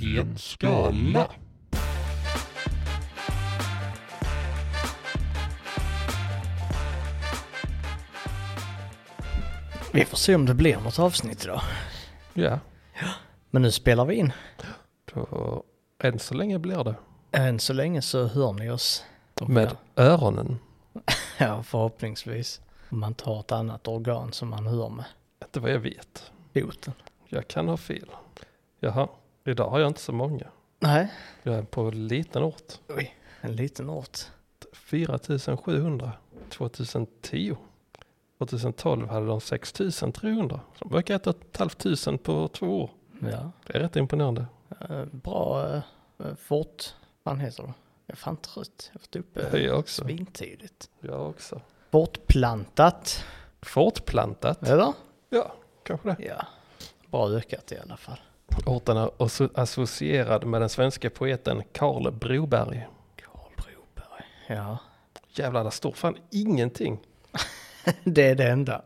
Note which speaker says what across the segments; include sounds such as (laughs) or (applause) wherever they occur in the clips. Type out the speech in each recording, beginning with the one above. Speaker 1: i en skala.
Speaker 2: Vi får se om det blir något avsnitt idag.
Speaker 1: Ja,
Speaker 2: Men nu spelar vi in.
Speaker 1: då, än så länge blir det.
Speaker 2: Än så länge så hör ni oss. Och
Speaker 1: Med öronen.
Speaker 2: Ja, förhoppningsvis. Om man tar ett annat organ som man hör med.
Speaker 1: Inte vad jag vet.
Speaker 2: Foten.
Speaker 1: Jag kan ha fel. Jaha, idag har jag inte så många.
Speaker 2: Nej.
Speaker 1: Jag är på en liten ort.
Speaker 2: Oj, en liten ort.
Speaker 1: 4700. 2010. 2012 hade de 6300. Så de ökade ett och ett halvt tusen på två år.
Speaker 2: Ja.
Speaker 1: Det är rätt imponerande.
Speaker 2: Eh, Bra eh, fort. Vad han heter då? Jag är fan trött. Jag har varit uppe
Speaker 1: Jag också.
Speaker 2: svintidigt.
Speaker 1: Jag också.
Speaker 2: Bortplantat.
Speaker 1: Fortplantat.
Speaker 2: Eller?
Speaker 1: Ja, kanske det.
Speaker 2: Ja. Bra ökat i alla fall.
Speaker 1: Orten är asso- associerad med den svenska poeten Karl Broberg.
Speaker 2: Karl Broberg. Ja.
Speaker 1: Jävlar, det står fan ingenting.
Speaker 2: Det är det enda.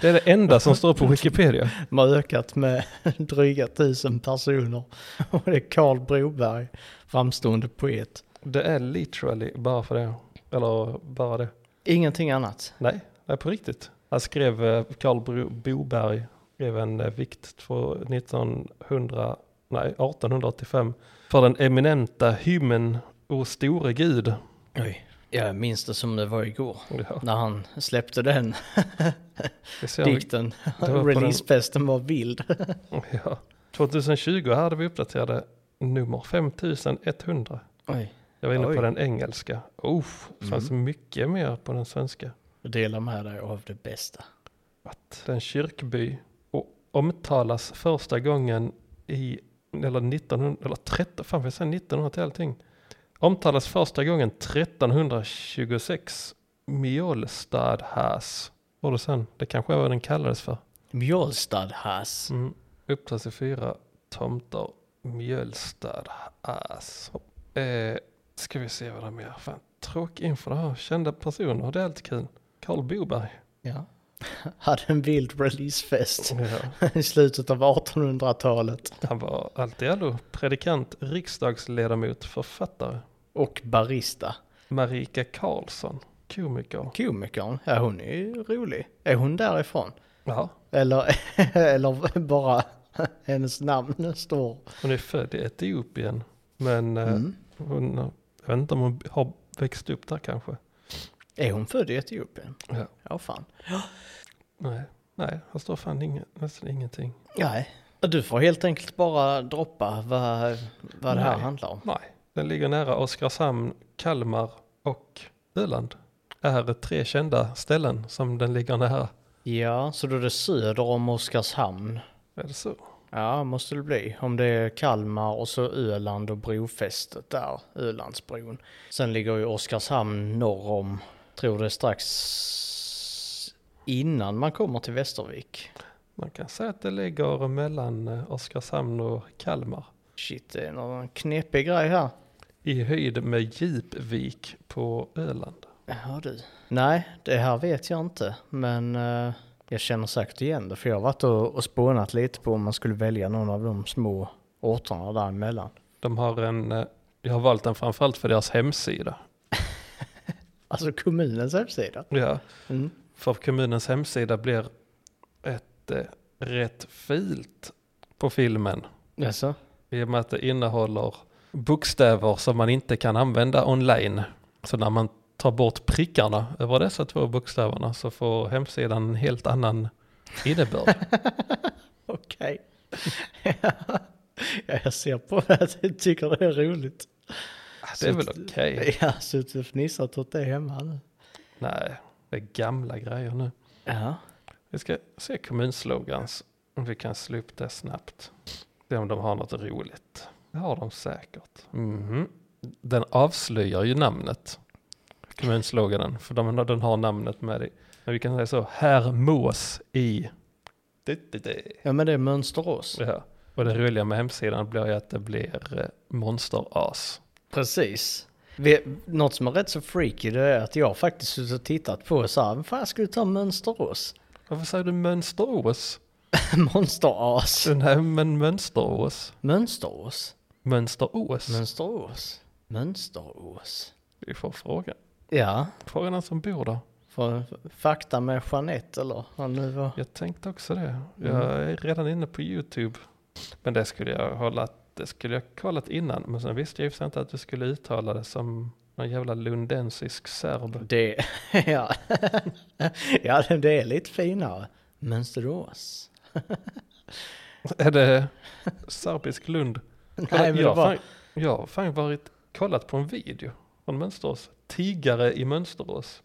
Speaker 1: Det är det enda som står på Wikipedia.
Speaker 2: De har ökat med (laughs) dryga tusen personer. Och det är Karl Broberg, framstående poet.
Speaker 1: Det är literally bara för det. Eller bara det.
Speaker 2: Ingenting annat.
Speaker 1: Nej, det är på riktigt. Han skrev, eh, Karl Bro- Boberg skrev en eh, vikt för 1900, nej, 1885 för den eminenta hymnen O store Gud.
Speaker 2: Oj. Jag minns det som det var igår.
Speaker 1: Ja,
Speaker 2: När han släppte (laughs) den
Speaker 1: vi ser-
Speaker 2: dikten.
Speaker 1: det var på den-
Speaker 2: Releasefesten var vild.
Speaker 1: ja. 2020 hade vi uppdaterade nummer 5100.
Speaker 2: (laughs) Oj.
Speaker 1: Jag var inne
Speaker 2: Oj.
Speaker 1: på den engelska. Uff, det fanns mycket mer på den svenska.
Speaker 2: Dela med dig av det bästa.
Speaker 1: Att den kyrkby och omtalas första gången i, eller 1900, eller 13, fan får jag säga 1900 till allting? Omtalas första gången 1326. Mjölstadhäs var det sen. Det kanske var vad den kallades för.
Speaker 2: Mjölstadhäs.
Speaker 1: Mm. Upptas i fyra tomter. Mjölstadhäs. Eh, ska vi se vad det är mer. Fan, tråkig info det här. Kända personer, det är alltid kul. Karl Boberg.
Speaker 2: Ja. (laughs) Hade en vild releasefest (laughs)
Speaker 1: Ja.
Speaker 2: i slutet av 1800-talet.
Speaker 1: Han var allt i allo predikant, riksdagsledamot, författare.
Speaker 2: Och barista.
Speaker 1: Marika Karlsson, komiker.
Speaker 2: Komikern, ja hon är ju rolig. Är hon därifrån?
Speaker 1: Ja,
Speaker 2: Eller, (laughs) eller bara (laughs) hennes namn står.
Speaker 1: hon är född i Etiopien. Men eh,
Speaker 2: Mm.
Speaker 1: hon, jag vet inte om hon har växt upp där kanske.
Speaker 2: Är hon född i Etiopien?
Speaker 1: Ja.
Speaker 2: Ja, fan.
Speaker 1: Nej, nej, här står fan ingen, nästan ingenting.
Speaker 2: Nej. Du får helt enkelt bara droppa vad, vad det här
Speaker 1: Nej.
Speaker 2: handlar om.
Speaker 1: Nej, den ligger nära Oskarshamn, Kalmar och Öland. Är tre kända ställen som den ligger nära.
Speaker 2: Ja, så då är det söder om Oskarshamn.
Speaker 1: Är det så?
Speaker 2: Ja, måste det bli. Om det är Kalmar och så Öland och brofästet där, Ölandsbron. Sen ligger ju Oskarshamn norr om, tror det är strax innan man kommer till Västervik.
Speaker 1: Man kan säga att det ligger mellan eh, Oskarshamn och Kalmar.
Speaker 2: Shit, det är någon knepig grej här.
Speaker 1: i höjd med Djupvik på Öland.
Speaker 2: Jaha du. Nej, det här vet jag inte. Men eh, jag känner säkert igen det. För jag har varit och, och spånat lite på om man skulle välja någon av de små orterna däremellan.
Speaker 1: De har en, eh, jag har valt den framförallt för deras hemsida.
Speaker 2: Alltså kommunens hemsida.
Speaker 1: Ja,
Speaker 2: Mm.
Speaker 1: för kommunens hemsida blir ett eh, rätt filt på filmen
Speaker 2: (laughs) Alltså,
Speaker 1: i och med att det innehåller bokstäver som man inte kan använda online. Så när man tar bort prickarna över dessa två bokstäverna så får hemsidan en helt annan
Speaker 2: (laughs)
Speaker 1: innebörd.
Speaker 2: okej. (laughs) ja, jag ser på det att jag tycker det är roligt.
Speaker 1: det är väl okej.
Speaker 2: Jag har suttit och fnissat åt det hemma nu.
Speaker 1: Nej, det är gamla grejer nu.
Speaker 2: Ja.
Speaker 1: Vi ska se kommunslogans. Om vi kan slå upp det snabbt. Se om de har något roligt. Det har de säkert. Mhm. Den avslöjar ju namnet. Kommunsloganen. För de, den har namnet med i. Men vi kan säga så. Här mås i. Det, det, det.
Speaker 2: ja, men det är Mönsterås.
Speaker 1: Ja. Och det roliga med hemsidan blir ju att det blir eh, monsteras.
Speaker 2: Precis. Vet- Något som är rätt så freaky det är att jag (laughs) faktiskt suttit och tittat på så här, "Men fan jag skulle ta Mönsterås.
Speaker 1: Varför säger du mönsterås?
Speaker 2: Monsteras.
Speaker 1: Nej, men Mönsterås.
Speaker 2: Mönsterås.
Speaker 1: Mönsterås.
Speaker 2: Mönsterås. Mönsterås.
Speaker 1: Vi får fråga.
Speaker 2: Ja.
Speaker 1: Fråga någon som bor där.
Speaker 2: För fakta med Jeanette eller vad nu var.
Speaker 1: Jag tänkte också det. Jag är redan inne på YouTube. Men det skulle jag hålla, det skulle jag kollat innan. Men sen visste jag ju inte att du skulle uttala det som någon jävla lundensisk
Speaker 2: (laughs)
Speaker 1: serb.
Speaker 2: Det, ja. (laughs) ja, det är lite finare. Mönsterås.
Speaker 1: Är det serbisk lund? Kolla,
Speaker 2: Nej, men det
Speaker 1: jag,
Speaker 2: var...
Speaker 1: fan, jag har fan varit, kollat på en video från Mönsterås. Tigare i Mönsterås.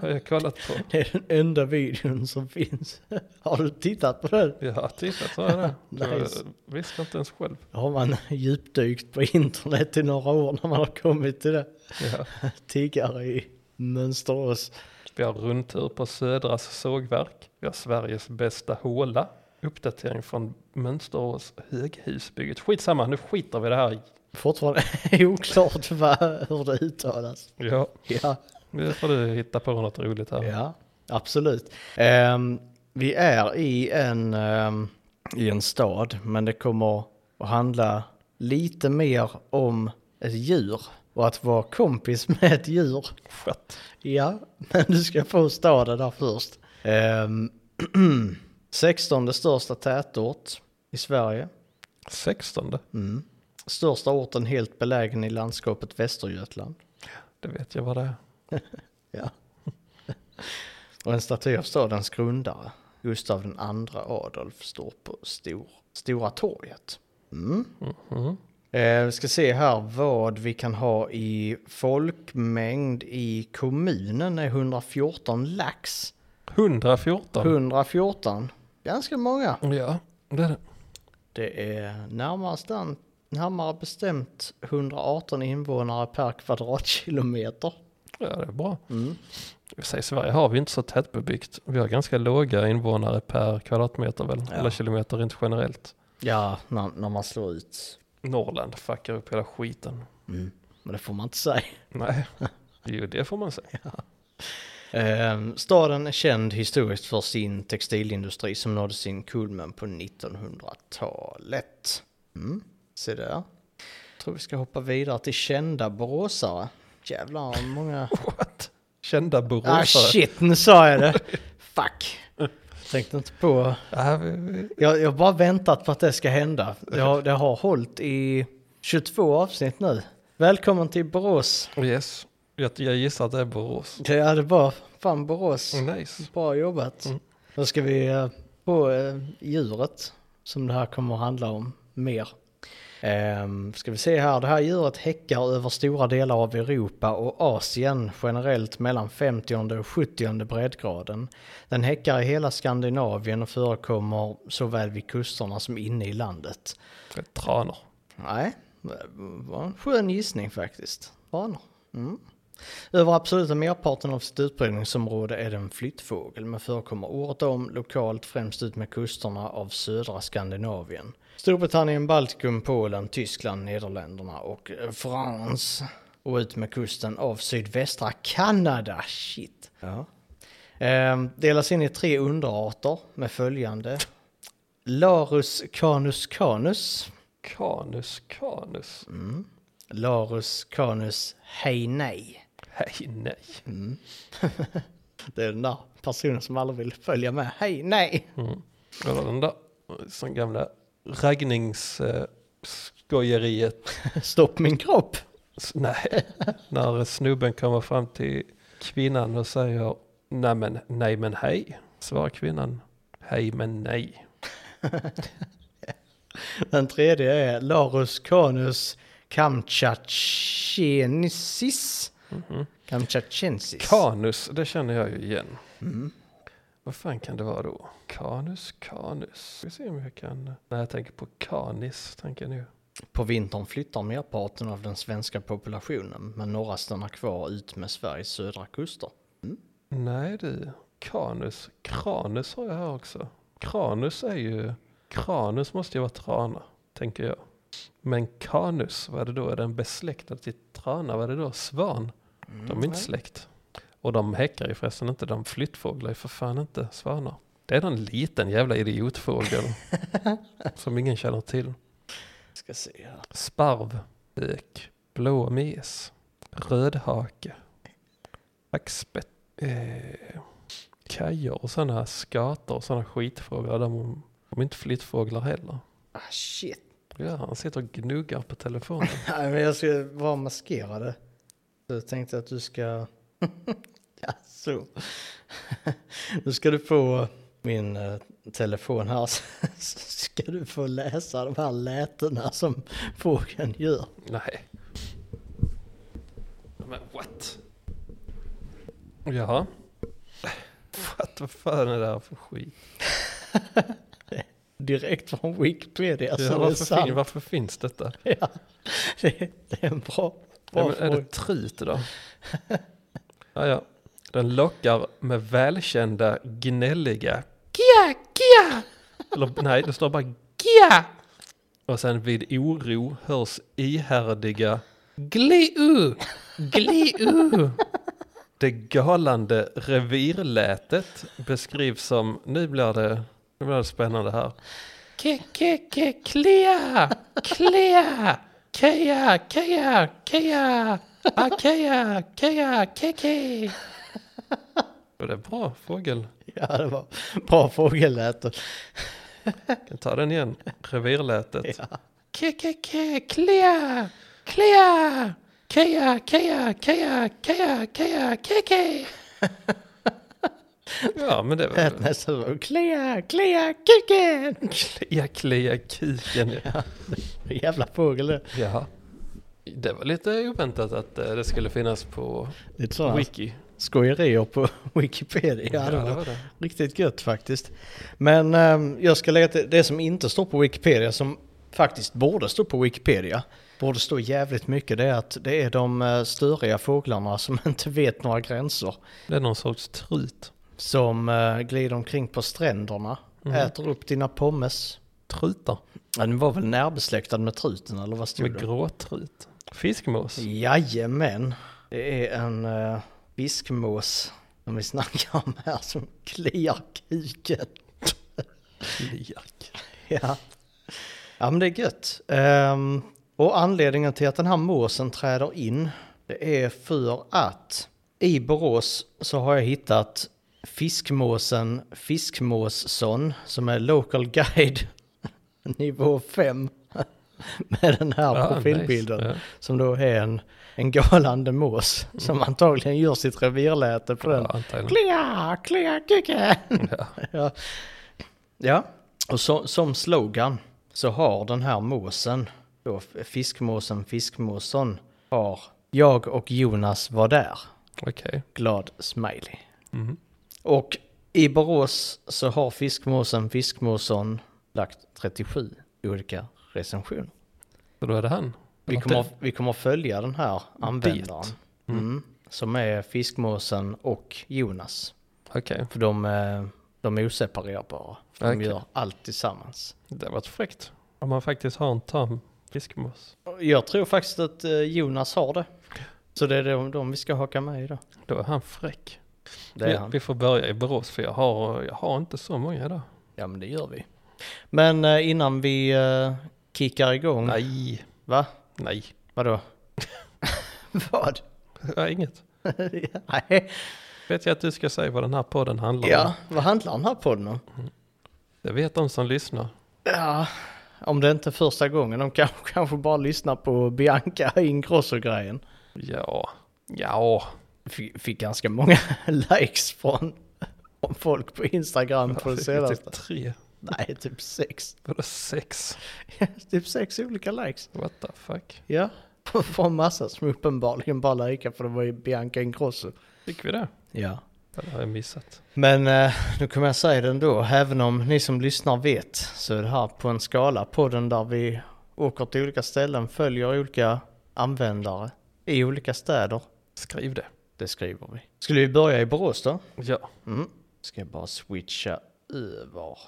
Speaker 1: Har jag kollat på.
Speaker 2: Det är den enda videon som finns. (laughs) Har du tittat på den?
Speaker 1: Jag har tittat så är det.
Speaker 2: Nice.
Speaker 1: Jag visste inte ens själv.
Speaker 2: Har man (laughs) djupdykt på internet i några år när man har kommit till det?
Speaker 1: Ja.
Speaker 2: Tiggare i Mönsterås.
Speaker 1: Vi har rundtur på Södras sågverk. Vi har Sveriges bästa håla. Uppdatering från Mönsterås höghusbygget. Skitsamma, nu skiter vi i det här.
Speaker 2: Fortfarande (laughs) oklart vad, hur det uttalas.
Speaker 1: Ja,
Speaker 2: Ja.
Speaker 1: nu får du hitta på något roligt här.
Speaker 2: Ja, absolut. Ehm, vi är i en, ehm, i en stad, men det kommer att handla lite mer om ett djur och att vara kompis (laughs) med ett djur.
Speaker 1: Skött.
Speaker 2: Ja, men du ska få staden där först. Ehm, (clears throat) 16 största tätort i Sverige.
Speaker 1: 16,
Speaker 2: Mm. Största orten helt belägen i landskapet Västergötland.
Speaker 1: det vet jag vad det är.
Speaker 2: Ja. (laughs) Och en staty av stadens grundare, Gustav den andra Adolf, står på stor, Stora torget. Mm.
Speaker 1: Mhm.
Speaker 2: Eh, vi ska se här vad vi kan ha i folkmängd i kommunen är 114 lax.
Speaker 1: 114.
Speaker 2: 114, ganska många.
Speaker 1: Ja, det är det.
Speaker 2: Det är närmare, stan, närmare bestämt 118 invånare per kvadratkilometer.
Speaker 1: Ja, det är bra.
Speaker 2: Mm.
Speaker 1: I och för sig, I Sverige har vi inte så tätbebyggt. Vi har ganska låga invånare per kvadratmeter väl,
Speaker 2: Ja.
Speaker 1: eller kilometer rent generellt.
Speaker 2: Ja, när, när man slår ut. Mm.
Speaker 1: Norrland fuckar upp hela skiten.
Speaker 2: Men det får man inte säga.
Speaker 1: Nej, (laughs) jo det får man säga.
Speaker 2: Eh, Staden är känd historiskt för sin textilindustri som nådde sin kulmen på 1900-talet. Mm. Se där. Jag tror vi ska hoppa vidare till kända boråsare. Jävlar vad många...
Speaker 1: What? Kända boråsare.
Speaker 2: Ah shit, nu sa jag det! Fuck! Tänkte inte på...
Speaker 1: Ja, vi, vi,
Speaker 2: Jag, jag har bara väntat på att det ska hända. Det har, det har hållit i 22 avsnitt nu. Välkommen till Borås.
Speaker 1: yes, jag, jag gissar att det är Borås. Mm,
Speaker 2: Det är det bara. Fan Borås.
Speaker 1: Nice.
Speaker 2: Bra jobbat.
Speaker 1: Mm.
Speaker 2: Då ska vi eh, på eh, djuret som det här kommer att handla om mer. Ehm, Ska vi se här, det här djuret häckar över stora delar av Europa och Asien generellt mellan 50 och 70 breddgraden. Den häckar i hela Skandinavien och förekommer såväl vid kusterna som inne i landet.
Speaker 1: Det är Tranor.
Speaker 2: Nej, det var en skön gissning faktiskt. Vanor. Mm. Över absoluta merparten av sitt utbredningsområde är det en flyttfågel men förekommer året om lokalt främst ut med kusterna av södra Skandinavien. Storbritannien, Baltikum, Polen, Tyskland, Nederländerna och eh, France. Och ut med kusten av sydvästra Kanada. Shit. Ja. Ehm, delas in i tre underarter med följande. Larus canus canus.
Speaker 1: Kanus, kanus.
Speaker 2: Larus canus hej nej.
Speaker 1: Hej nej.
Speaker 2: (laughs) Det är den där personen som aldrig vill följa med. Hej nej! (laughs)
Speaker 1: Mm. Eller den där sån gamla raggningsskojeriet. Eh, skojeriet.
Speaker 2: Stopp min kropp!
Speaker 1: S- nej,
Speaker 2: (laughs)
Speaker 1: när snubben kommer fram till kvinnan och säger nej men, nej men hej. Svarar kvinnan hej men nej.
Speaker 2: Den tredje är Larus canus kamtchatchensis. Kamtchatchensis.
Speaker 1: Kanus, det känner jag ju igen. Vad fan kan det vara då? Kanus, kanus. Vi ser om jag kan... Nej, jag tänker på kanis, tänker jag nu.
Speaker 2: På vintern flyttar merparten av den svenska populationen men några stannar kvar ut med Sveriges södra kuster.
Speaker 1: Nej du, kanus. Kranus har jag här också. Kranus är ju... Kranus måste ju vara trana, tänker jag. Men kanus, vad är det då? Är den besläktad till trana? Vad är det då? Svan?
Speaker 2: Mm,
Speaker 1: De är inte släkt. Och de häckar ju förresten inte, de flyttfåglar är för fan inte svanar. Det är någon liten jävla idiotfågel som ingen känner till.
Speaker 2: Ska se här.
Speaker 1: Sparv, bök, blå mes, rödhake, hackspett, eh, kajor och sådana här skator och sådana skitfåglar. De, de är inte flyttfåglar heller.
Speaker 2: Ah, shit.
Speaker 1: Ja, han sitter och gnuggar på telefonen.
Speaker 2: (laughs) Nej, men jag ska vara maskerade. Så jag tänkte att du ska... (laughs) ja, så. (laughs) nu ska du få min eh, telefon här. (laughs) Så ska du få läsa de här lätena som fågeln gör.
Speaker 1: Nej. Men what? Jaha. What, vad fan är det här för skit?
Speaker 2: Direkt från Wikipedia.
Speaker 1: Ja,
Speaker 2: så Alltså, det är
Speaker 1: varför, fin,
Speaker 2: sant.
Speaker 1: varför finns detta?
Speaker 2: Ja, (laughs) det, det är en bra, bra
Speaker 1: Ja, men är
Speaker 2: fråga.
Speaker 1: det trut då? (laughs) ja, ja. Den lockar med välkända gnälliga kia, kia. Eller nej, det står bara kia. Och sen vid oro hörs ihärdiga gliu, gliu. Det galande revirlätet beskrivs som, nu blir det, nu blir det spännande här. Ke, ke, ke, klia, klia, keja, keja, keja, akeja, keja, keke. Det är bra fågel.
Speaker 2: Ja, det var bra fågelläten.
Speaker 1: Kan ta den igen. Revirlätet.
Speaker 2: Ja.
Speaker 1: Ke, ke, ke, klia, klia, keja, keja, keja, keja, keja, keke. Ja, men det var
Speaker 2: Lät nästan som klia, klia, kuken.
Speaker 1: Klia, klia, kuken. ja.
Speaker 2: Jävla fågel det.
Speaker 1: Jaha. Det var lite oväntat att eh, det skulle finnas på
Speaker 2: Det är sådana
Speaker 1: Wiki.
Speaker 2: skojerier på Wikipedia. Ja, det
Speaker 1: det
Speaker 2: var
Speaker 1: var det.
Speaker 2: riktigt gött faktiskt. Men ehm, jag ska lägga till det som inte står på Wikipedia som faktiskt borde stå på Wikipedia. Borde stå jävligt mycket. Det är att det är de eh, störiga fåglarna som (laughs) inte vet några gränser.
Speaker 1: Det är någon sorts trut.
Speaker 2: Som eh, glider omkring på stränderna. Äter upp dina pommes.
Speaker 1: Trutar.
Speaker 2: Ja, den var väl närbesläktad med truten eller vad stod
Speaker 1: Med
Speaker 2: det?
Speaker 1: gråtrut. Fiskmås.
Speaker 2: Jajamän. Det är en uh, fiskmås som vi snackar om här som kliar kuken.
Speaker 1: Kliak.
Speaker 2: (laughs) Ja. ja, men det är gött. Ehm, och anledningen till att den här måsen träder in, det är för att i Borås så har jag hittat fiskmåsen Fiskmåsson som är local guide (laughs) nivå 5 (laughs) med den här
Speaker 1: Ah,
Speaker 2: profilbilden
Speaker 1: nice. Ja.
Speaker 2: som då är en, en galande mås som antagligen gör sitt revirläte på den.
Speaker 1: Ja, antagligen.
Speaker 2: Klia, klia, kuken!
Speaker 1: Ja.
Speaker 2: Ja. ja, och så, som slogan så har den här måsen, då fiskmåsen, fiskmåsen, har jag och Jonas var där,
Speaker 1: Okej.
Speaker 2: glad smiley.
Speaker 1: Mhm.
Speaker 2: Och i Borås så har fiskmåsen, fiskmåsen lagt 37 olika recensioner.
Speaker 1: Så då är det han.
Speaker 2: Vi
Speaker 1: Eller
Speaker 2: kommer,
Speaker 1: det.
Speaker 2: vi kommer följa den här användaren. Mm. Som är fiskmåsen och Jonas.
Speaker 1: Okej.
Speaker 2: För de, eh, de är oseparerbara. De
Speaker 1: Okej.
Speaker 2: gör allt tillsammans.
Speaker 1: Det var fräckt. Om man faktiskt har en tam fiskmås.
Speaker 2: Jag tror faktiskt att eh, Jonas har det. Så det är de, de vi ska haka med idag.
Speaker 1: Då är han fräck.
Speaker 2: Det är
Speaker 1: vi,
Speaker 2: han.
Speaker 1: vi får börja i Borås för jag har, jag har inte så många idag.
Speaker 2: Ja men det gör vi. Men eh, innan vi eh, kickar igång.
Speaker 1: Nej.
Speaker 2: Va?
Speaker 1: Nej.
Speaker 2: Vadå? Vad?
Speaker 1: Ja, inget.
Speaker 2: (laughs) Nej.
Speaker 1: Vet jag att du ska säga vad den här podden handlar om?
Speaker 2: Ja, vad handlar den här podden om?
Speaker 1: Det vet de som lyssnar.
Speaker 2: Ja, om det inte är första gången. De kanske, kanske bara lyssnar på Bianca Ingrosso-grejen.
Speaker 1: Ja. Ja.
Speaker 2: Fick, fick ganska många (laughs) likes från från folk på Instagram
Speaker 1: (laughs)
Speaker 2: på det
Speaker 1: Jag fick
Speaker 2: senaste.
Speaker 1: Typ tre.
Speaker 2: Nej, typ sex. (laughs)
Speaker 1: Vadå sex?
Speaker 2: typ sex olika likes.
Speaker 1: What the fuck?
Speaker 2: Ja, (laughs) från massa som uppenbarligen bara likade för det var ju Bianca Ingrosso.
Speaker 1: Fick vi det?
Speaker 2: Ja.
Speaker 1: Ja, Det har jag missat.
Speaker 2: Men eh, nu kommer jag säga det ändå, även om ni som lyssnar vet så är det här på en skala på den där vi åker till olika ställen, följer olika användare i olika städer.
Speaker 1: Skriv det.
Speaker 2: Det skriver vi. Skulle vi börja i Borås då?
Speaker 1: Ja.
Speaker 2: Mm. Ska jag bara switcha över.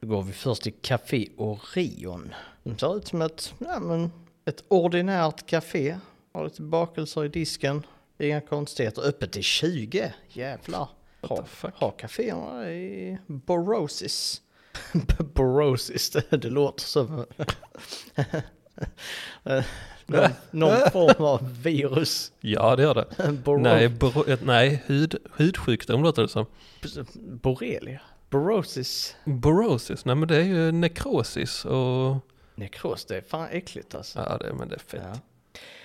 Speaker 2: Då går vi först till Café Orion. De ser ut som ett, ja, men ett ordinärt café. Har lite bakelser i disken. Inga konstigheter. Öppet till 20. Jävlar.
Speaker 1: What
Speaker 2: Ha,
Speaker 1: the fuck?
Speaker 2: ha kaféerna i Borosis. (laughs) Borosis, det, det låter (laughs) som eh, någon, någon form av virus.
Speaker 1: Ja, det gör det.
Speaker 2: Boro-
Speaker 1: Nej, bro, ett, nej hud, hudsjukdom låter det som.
Speaker 2: Borrelia? Borosis?
Speaker 1: Borosis, nej men det är ju nekrosis och...
Speaker 2: Nekros, det är fan äckligt alltså.
Speaker 1: Ja, det, men det är fett.
Speaker 2: Ja.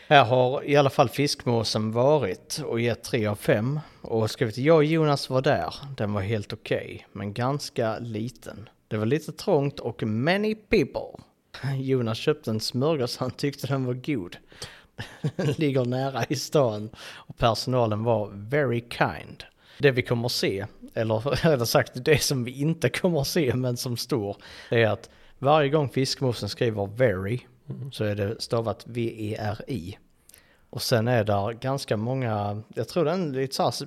Speaker 2: Här har i alla fall fiskmåsen varit och gett 3 av 5 och skrivit jag och Jonas var där. Den var helt okej, men ganska liten. Det var lite trångt och many people. (laughs) Jonas köpte en smörgås, han tyckte den var god. (laughs) Den ligger nära i stan och personalen var very kind. Det vi kommer att se, eller (laughs) rättare sagt det som vi inte kommer att se men som står, det är att varje gång fiskmåsen skriver very så är det stavat V-E-R-I. Och sen är det ganska många, jag tror den är lite så här s-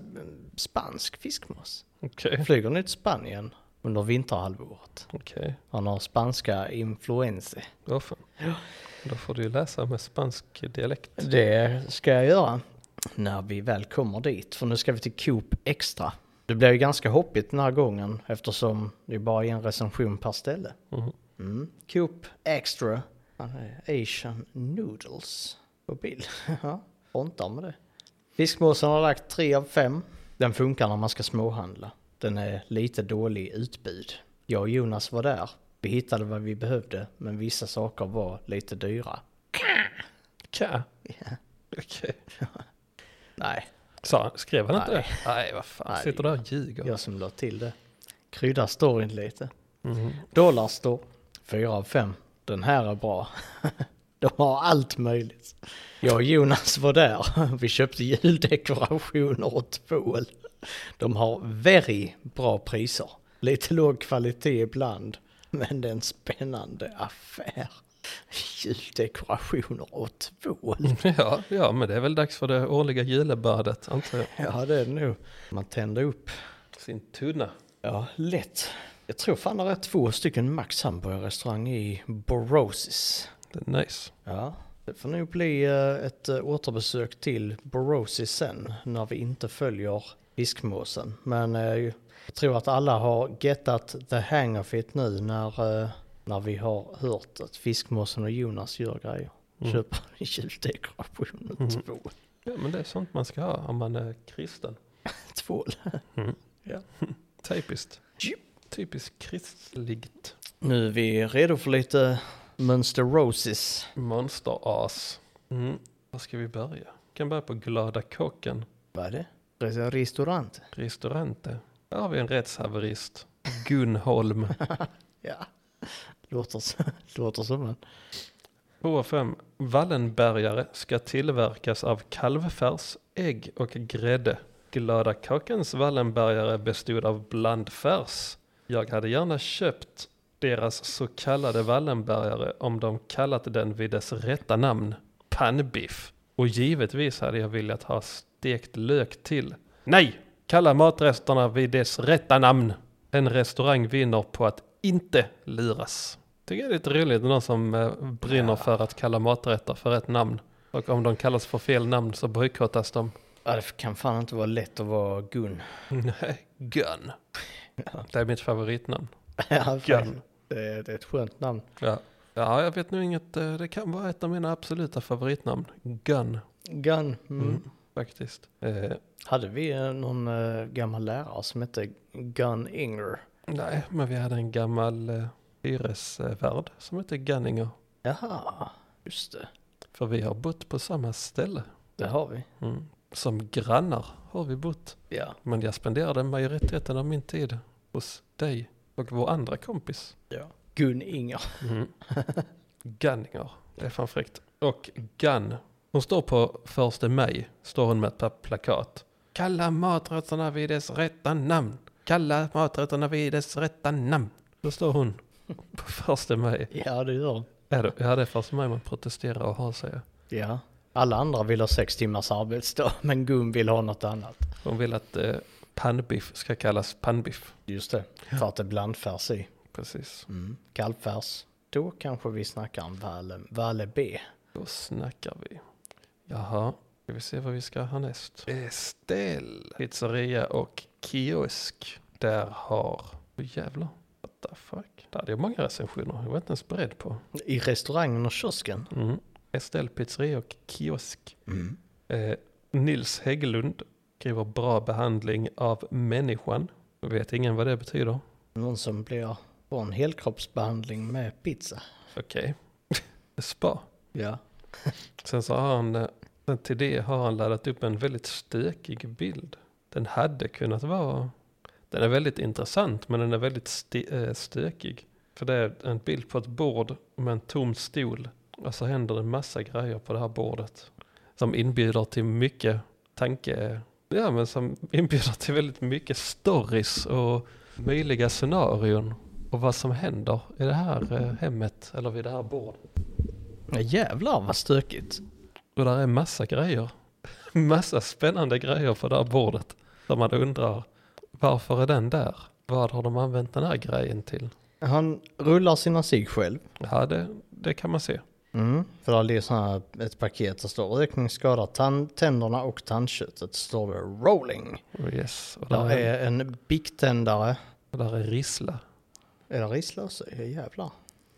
Speaker 2: spansk fiskmås.
Speaker 1: Okej,
Speaker 2: Den flyger nu till Spanien under vinterhalvåret.
Speaker 1: okej.
Speaker 2: Han har spanska influenser.
Speaker 1: Vad fan. Då får du ju läsa med spansk dialekt.
Speaker 2: Det ska jag göra när vi väl kommer dit. För nu ska vi till Coop Extra. Det blir ju ganska hoppigt den här gången eftersom det bara är en recension per ställe.
Speaker 1: Mhm.
Speaker 2: Mm. Coop Extra. Ja, det är Asian Noodles på bild. (laughs) Ja, Frontar med det. Fiskmåsen har lagt 3 av 5. Den funkar när man ska småhandla. Den är lite dålig i utbud. Jag och Jonas var där. Vi hittade vad vi behövde, men vissa saker var lite dyra. (laughs)
Speaker 1: Tja.
Speaker 2: Ja.
Speaker 1: Okej.
Speaker 2: Nej,
Speaker 1: Sa han, skrev han inte
Speaker 2: Nej.
Speaker 1: det? Nej, vad fan.
Speaker 2: Nej,
Speaker 1: Sitter där och ljuger.
Speaker 2: Jag som la till det. Krydda storyn lite.
Speaker 1: Mhm. (laughs)
Speaker 2: Dollar står 4 av 5. Den här är bra. (laughs) De har allt möjligt. Jag och Jonas var där. (laughs) Vi köpte juldekorationer och tvål. De har very bra priser. Lite låg kvalitet ibland. Men det är en spännande affär. Juldekorationer och tvål.
Speaker 1: Ja, ja, men det är väl dags för det årliga julebördet, antar jag.
Speaker 2: Ja, det är det nog. Man tänder upp
Speaker 1: Sin tunna.
Speaker 2: Ja, lätt. Jag tror fan det är två stycken Max hamburgerrestaurang i Borosis.
Speaker 1: Det är nice.
Speaker 2: Ja. Det får nog bli eh, ett eh, återbesök till Borosis sen när vi inte följer fiskmåsen. Men eh, jag tror att alla har gettat the hang of it nu när, eh, när vi har hört att fiskmåsen och Jonas gör grejer.
Speaker 1: Mm.
Speaker 2: Köper juldekorationer,
Speaker 1: Mm.
Speaker 2: två,
Speaker 1: Ja, men det är sånt man ska ha om man är kristen.
Speaker 2: tvål.
Speaker 1: Typiskt.
Speaker 2: Jup.
Speaker 1: Typiskt kristligt.
Speaker 2: Nu är vi redo för lite Mönster Roses.
Speaker 1: Monsteras. Mm. Var ska vi börja? Vi kan börja på Glada Kocken.
Speaker 2: Vad är det? Restaurant.
Speaker 1: Restaurante. Där har vi en rättshaverist. Gun Holm.
Speaker 2: Ja, låter, s- (laughs) låter som en.
Speaker 1: HFM Wallenbergare ska tillverkas av kalvfärs, ägg och grädde. Glada kakens Wallenbergare bestod av blandfärs. Jag hade gärna köpt deras så kallade Wallenbergare om de kallat den vid dess rätta namn, pannbiff. Och givetvis hade jag velat ha stekt lök till. Nej! Kalla matresterna vid dess rätta namn. En restaurang vinner på att inte luras. Tycker det är lite roligt någon som eh, brinner
Speaker 2: Ja.
Speaker 1: för att kalla maträtter för ett namn. Och om de kallas för fel namn så bojkottas de.
Speaker 2: Ja, det kan fan inte vara lätt att vara Gun.
Speaker 1: Nej, Gun.
Speaker 2: (laughs) Ja.
Speaker 1: Det är mitt favoritnamn.
Speaker 2: Ja,
Speaker 1: Gun.
Speaker 2: Det, är- det är ett skönt namn.
Speaker 1: Ja. ja, jag vet nu inget. eh, Det kan vara ett av mina absoluta favoritnamn. Gun,
Speaker 2: Gun. Mm.
Speaker 1: Mm. faktiskt. Eh,
Speaker 2: Hade vi eh, någon eh, gammal lärare som hette Gun Inger?
Speaker 1: nej, men vi hade en gammal eh, hyresvärd som hette Gunninger.
Speaker 2: Jaha, just det.
Speaker 1: För vi har bott på samma ställe.
Speaker 2: Det har vi.
Speaker 1: Mm. Som grannar har vi bott.
Speaker 2: Ja,
Speaker 1: Men jag spenderade majoriteten av min tid hos dig och vår andra kompis.
Speaker 2: Gun Inger. (laughs)
Speaker 1: (laughs) Gunninger, det är fan fräckt. Och Gun, hon står på första maj, står hon med ett par plakat. Kalla maträtterna vid dess rätta namn. Kalla maträtterna vid dess rätta namn. Då står hon på (laughs) första maj.
Speaker 2: Ja, det gör hon.
Speaker 1: Är det, ja, det är första maj man protesterar och har sig.
Speaker 2: Ja. Alla andra vill ha sex timmars arbetsdag, (laughs) men Gun vill ha något annat.
Speaker 1: Hon vill att eh, pannbiff ska kallas pannbiff.
Speaker 2: Just det, för att det är blandfärs i.
Speaker 1: Precis.
Speaker 2: Mm. Kalvfärs. Då kanske vi snackar om Valle, Valle B.
Speaker 1: Då snackar vi. Jaha, ska vi se vad vi ska ha härnäst. Estelle. Pizzeria och kiosk. Där har... Åh, jävlar. What the fuck. Där hade jag många recensioner. Jag var inte ens beredd på.
Speaker 2: I restaurangen och kiosken?
Speaker 1: Mm. SL pizzeria och kiosk.
Speaker 2: Mm.
Speaker 1: Eh, Nils Hägglund skriver bra behandling av människan. Jag vet ingen vad det betyder.
Speaker 2: Någon som blir på en helkroppsbehandling med pizza?
Speaker 1: Okej. (laughs) Spa.
Speaker 2: Ja.
Speaker 1: Sen så har han, eh, sen till det har han laddat upp en väldigt stökig bild. Den hade kunnat vara, den är väldigt intressant men den är väldigt sti- eh, stökig. För det är en bild på ett bord med en tom stol och så händer det massa grejer på det här bordet. Som inbjuder till mycket tanke, ja men som inbjuder till väldigt mycket stories och möjliga scenarion. Och vad som händer i det här eh, hemmet eller vid det här bordet.
Speaker 2: Ja, jävlar vad stökigt.
Speaker 1: Och där är massa grejer. (laughs) Massa spännande grejer på det här bordet. Där man undrar, varför är den där? Vad har de använt den här grejen till?
Speaker 2: Han rullar sina cigg själv.
Speaker 1: Ja, det, det kan man se.
Speaker 2: Mm. För där ligger sån här, ett paket där står rökning skadar tand, tänderna och tandköttet. Står det rolling.
Speaker 1: Oh, Yes, och där
Speaker 2: Där
Speaker 1: är,
Speaker 2: är en biktändare.
Speaker 1: och där är rissla.
Speaker 2: Är det risslösa? Ja, jävlar.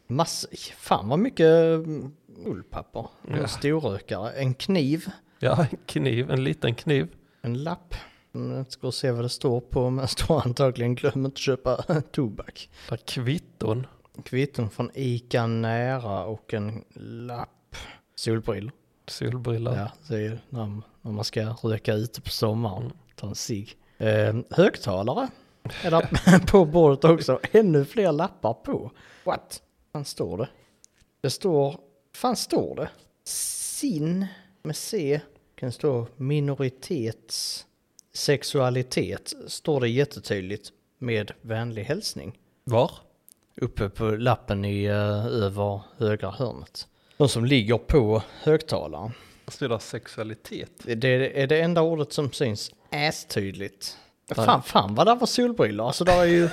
Speaker 2: Mass... Fan vad mycket mm, ullpapper.
Speaker 1: Ja.
Speaker 2: En storrökare. En kniv.
Speaker 1: Ja, en kniv, en liten kniv.
Speaker 2: En lapp. Mm, Jag ska se vad det står på, men det står antagligen glöm inte köpa (laughs) tobak.
Speaker 1: Där är kvitton.
Speaker 2: Kvitton från Ica Nära och en lapp. Solbrillor.
Speaker 1: Solbrillor.
Speaker 2: Ja, det är ju när, man- när man ska röka ute på sommaren.
Speaker 1: Mm.
Speaker 2: Ta en cigg. Eh, högtalare är där (laughs) på bordet också. Ännu fler lappar på. What? Fan står det? Det står... Fan står det? Sin med C. Kan stå minoritets sexualitet. Står det jättetydligt med vänlig hälsning
Speaker 1: Var?
Speaker 2: uppe på lappen i eh, över högra hörnet. De som ligger på högtalaren.
Speaker 1: Vad står där sexualitet?
Speaker 2: Det är det enda ordet som syns ästydligt.
Speaker 1: Nej.
Speaker 2: Fan, fan vad det var solbrillor. Alltså där är ju... (laughs)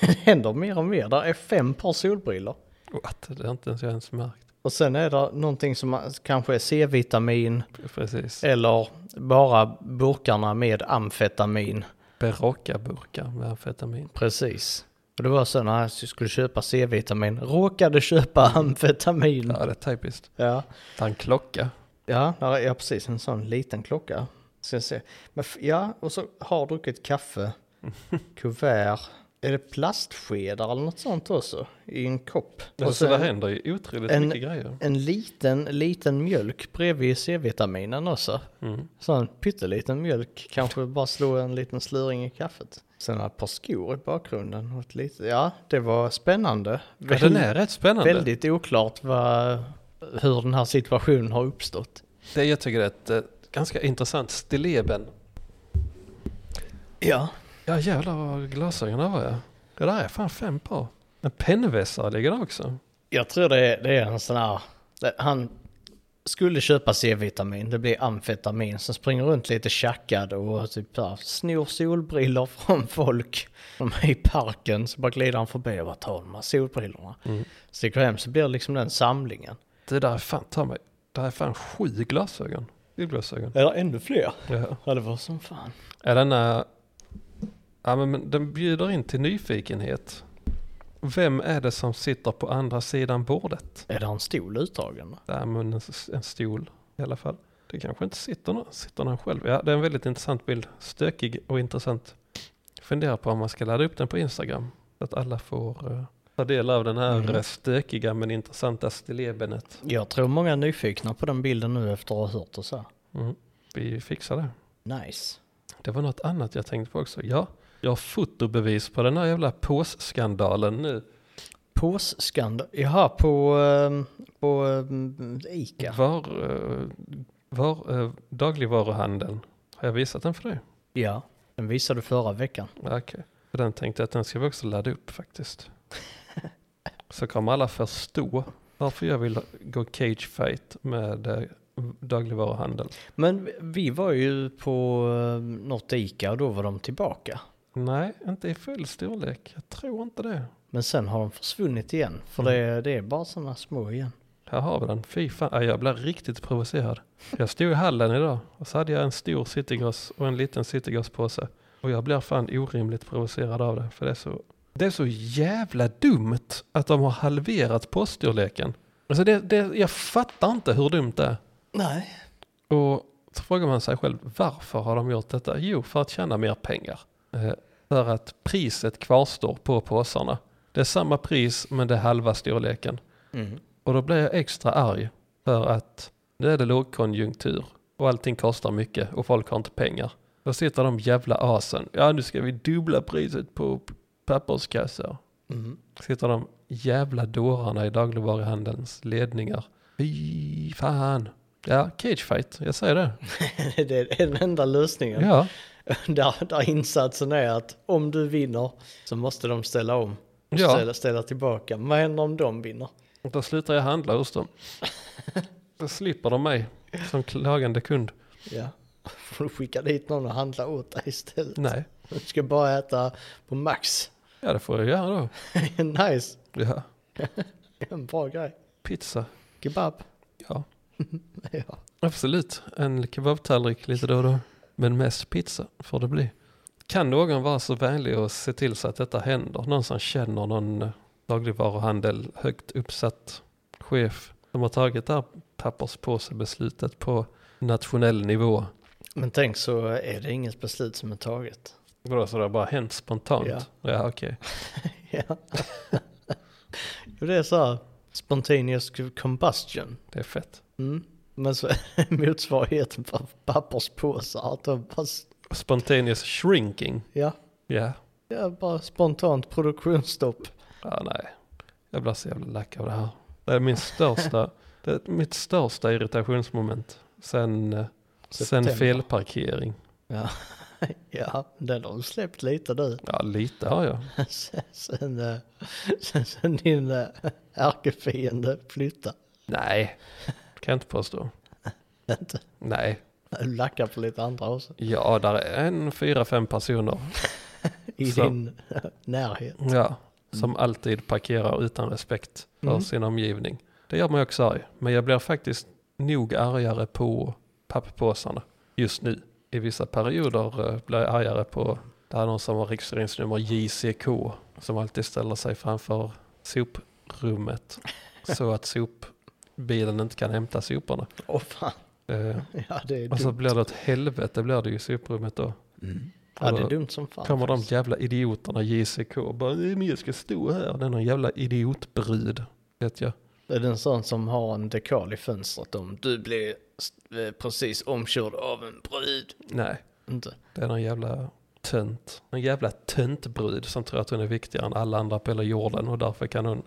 Speaker 2: det händer mer och mer. Där är fem par solbrillor.
Speaker 1: What? Det har inte ens jag ens märkt.
Speaker 2: Och sen är det någonting som kanske är C-vitamin
Speaker 1: Precis.
Speaker 2: eller bara burkarna med amfetamin.
Speaker 1: Berockaburkar med amfetamin.
Speaker 2: Precis. Och det var så när jag skulle köpa C-vitamin. Råkade köpa amfetamin.
Speaker 1: Ja, det är typiskt.
Speaker 2: Ja.
Speaker 1: Där är en klocka.
Speaker 2: Ja, där är precis en sån liten klocka. Ska jag se. Men f- ja, och så har druckit kaffe,
Speaker 1: (laughs)
Speaker 2: kuvert. Är det plastskedar eller något sånt också? I en kopp.
Speaker 1: Och så
Speaker 2: sen
Speaker 1: det händer ju otroligt
Speaker 2: en-
Speaker 1: mycket grejer.
Speaker 2: en liten, liten mjölk bredvid C-vitaminen också.
Speaker 1: Mm.
Speaker 2: Sån pytteliten mjölk, kanske bara slå en liten slurring i kaffet. Sen har ett par skor i bakgrunden. Och ett litet, ja, det var spännande.
Speaker 1: Ja, den är rätt spännande.
Speaker 2: Väldigt oklart vad, hur den här situationen har uppstått.
Speaker 1: Det jag tycker är ett eh, ganska intressant stilleben.
Speaker 2: Ja.
Speaker 1: Ja jävlar vad glasögon det var jag. Det där är fan fem par. En pennvässare ligger där också.
Speaker 2: Jag tror det är, det är en sån här... det- Han skulle köpa C-vitamin, det blir amfetamin, sen springer runt lite tjackad och typ så här, snor solbrillor från folk. De är i parken, så bara glider han förbi och bara tar de här solbrillorna.
Speaker 1: Mm.
Speaker 2: Sticker hem, så blir det liksom den samlingen.
Speaker 1: Det där är fan, ta mig. Det här är fan sju glasögon. Solglasögon.
Speaker 2: Eller ännu fler.
Speaker 1: Ja.
Speaker 2: Ja, det var som fan.
Speaker 1: Är denna... Ja men- men den bjuder in till nyfikenhet. Vem är det som sitter på andra sidan bordet?
Speaker 2: Är det en stol uttagen? då?
Speaker 1: Där med en, en stol i alla fall. Det kanske inte sitter någon. Sitter någon själv? Ja, det är en väldigt intressant bild. Stökig och intressant. Funderar på om man ska ladda upp den på Instagram. Så att alla får eh, ta del av den här
Speaker 2: Mm.
Speaker 1: eh, stökiga men intressanta stillebenet.
Speaker 2: Jag tror många är nyfikna på den bilden nu efter att ha hört och så. här.
Speaker 1: Mm. Vi fixar det.
Speaker 2: Nice.
Speaker 1: Det var något annat jag tänkte på också. Ja, jag har fotobevis på den här jävla påsskandalen nu.
Speaker 2: Påsskandal. Jaha, på, ehm, på ehm, Ica.
Speaker 1: Var, eh, var eh, dagligvaruhandeln? Har jag visat den för dig?
Speaker 2: Ja, den visade du förra veckan.
Speaker 1: Ja, Okej. Den tänkte jag att den ska vi också ladda upp faktiskt. Så kommer alla förstå varför jag vill gå cage fight med eh, dagligvaruhandel.
Speaker 2: Men vi var ju på eh, något Ica och då var de tillbaka.
Speaker 1: Nej, inte i full storlek. Jag tror inte det.
Speaker 2: Men sen har de försvunnit igen, för det, det är bara sådana små igen.
Speaker 1: Här har vi den. Fy fan, Ja, jag blev riktigt provocerad. Jag stod i hallen idag och så hade jag en stor citygross och en liten citygrosspåse. Och jag blir fan orimligt provocerad av det. För det är så, det är så jävla dumt att de har halverat poststorleken. Alltså det, det, jag fattar inte hur dumt det är.
Speaker 2: Nej.
Speaker 1: Och så frågar man sig själv, varför har de gjort detta? Jo, för att tjäna mer pengar. Eh, för att priset kvarstår på påsarna. Det är samma pris men det är halva storleken.
Speaker 2: Mm. (laughs)
Speaker 1: Och då blir jag extra arg för att nu är det lågkonjunktur och allting kostar mycket och folk har inte pengar. Då sitter de jävla asen. Ja, nu ska vi dubbla priset på p- papperskassar.
Speaker 2: Mm.
Speaker 1: Sitter de jävla dårarna i dagligvaruhandelns ledningar. Fy fan. Ja, cagefight. Jag säger det.
Speaker 2: det är den enda lösningen.
Speaker 1: Ja,
Speaker 2: (laughs) Där, där insatsen är att om du vinner så måste de ställa om. och
Speaker 1: Ja.
Speaker 2: Ställa, ställa tillbaka. Vad händer om de vinner?
Speaker 1: då slutar jag handla hos dem. Då slipper de mig som klagande kund.
Speaker 2: Ja. (laughs) Får du skicka dit någon och handla åt dig istället?
Speaker 1: Nej,
Speaker 2: Du ska bara äta på max. (laughs)
Speaker 1: ja det får jag göra då.
Speaker 2: nice.
Speaker 1: Ja,
Speaker 2: En bra grej.
Speaker 1: pizza.
Speaker 2: Kebab. (laughs)
Speaker 1: Ja.
Speaker 2: Ja.
Speaker 1: Absolut, en kebabtallrik lite då och då. Men mest pizza får det bli. Kan någon vara så vänlig och se till så att detta händer? Någon som känner någon eh, dagligvaruhandel, högt uppsatt chef som har tagit det här papperspåsebeslutet på nationell nivå.
Speaker 2: Men tänk så är det inget beslut som
Speaker 1: (laughs)
Speaker 2: är taget.
Speaker 1: Vadå, så det har bara hänt spontant?
Speaker 2: Ja.
Speaker 1: ja okej.
Speaker 2: Ja. (laughs) Jo, det är så här spontaneous combustion.
Speaker 1: Det är fett.
Speaker 2: Mm. Men så (laughs) är motsvarigheten på papperspåsar. Att de bara, s-
Speaker 1: Spontaneous shrinking.
Speaker 2: ja,
Speaker 1: Ja.
Speaker 2: ja, bara spontant produktionsstopp.
Speaker 1: Ja, nej. Jag blir så jävla lack av det här. Det är min största, det är mitt största irritationsmoment. Sen, eh, sen
Speaker 2: September.
Speaker 1: felparkering.
Speaker 2: Ja, ja den har de släppt lite nu. (laughs)
Speaker 1: Ja, lite har jag.
Speaker 2: Sen, sen, eh, (laughs) sen, sen din eh, ärkefiende flyttade.
Speaker 1: Nej, det kan jag inte påstå.
Speaker 2: Inte.
Speaker 1: Nej,
Speaker 2: Du lackar på lite andra också.
Speaker 1: ja, där är en fyra, fem personer.
Speaker 2: I
Speaker 1: Så.
Speaker 2: din eh, närhet.
Speaker 1: Ja, som alltid parkerar utan respekt för
Speaker 2: Mm.
Speaker 1: sin omgivning. Det gör mig också arg, men jag blir faktiskt nog argare på papppåsarna just nu. I vissa perioder eh, blir jag argare på det här någon som har registreringsnummer JCK som alltid ställer sig framför soprummet så att sopbilen inte kan hämta soporna.
Speaker 2: Åh fan.
Speaker 1: Eh,
Speaker 2: Ja det är
Speaker 1: och så
Speaker 2: dumt.
Speaker 1: blir det ett helvete blir det ju i soprummet då.
Speaker 2: Ja det
Speaker 1: Och
Speaker 2: är
Speaker 1: då
Speaker 2: dumt som fan.
Speaker 1: kommer de
Speaker 2: faktiskt.
Speaker 1: jävla idioterna JCK och bara "Nej, men jag ska stå här. Det är någon jävla idiotbrud. Vet jag.
Speaker 2: Det är den sån som har en dekal i fönstret om du blir eh, precis omkörd av en brud.
Speaker 1: Nej,
Speaker 2: Inte?
Speaker 1: det är någon jävla tönt. Någon jävla töntbrud som tror att hon är viktigare än alla andra på hela jorden och därför kan hon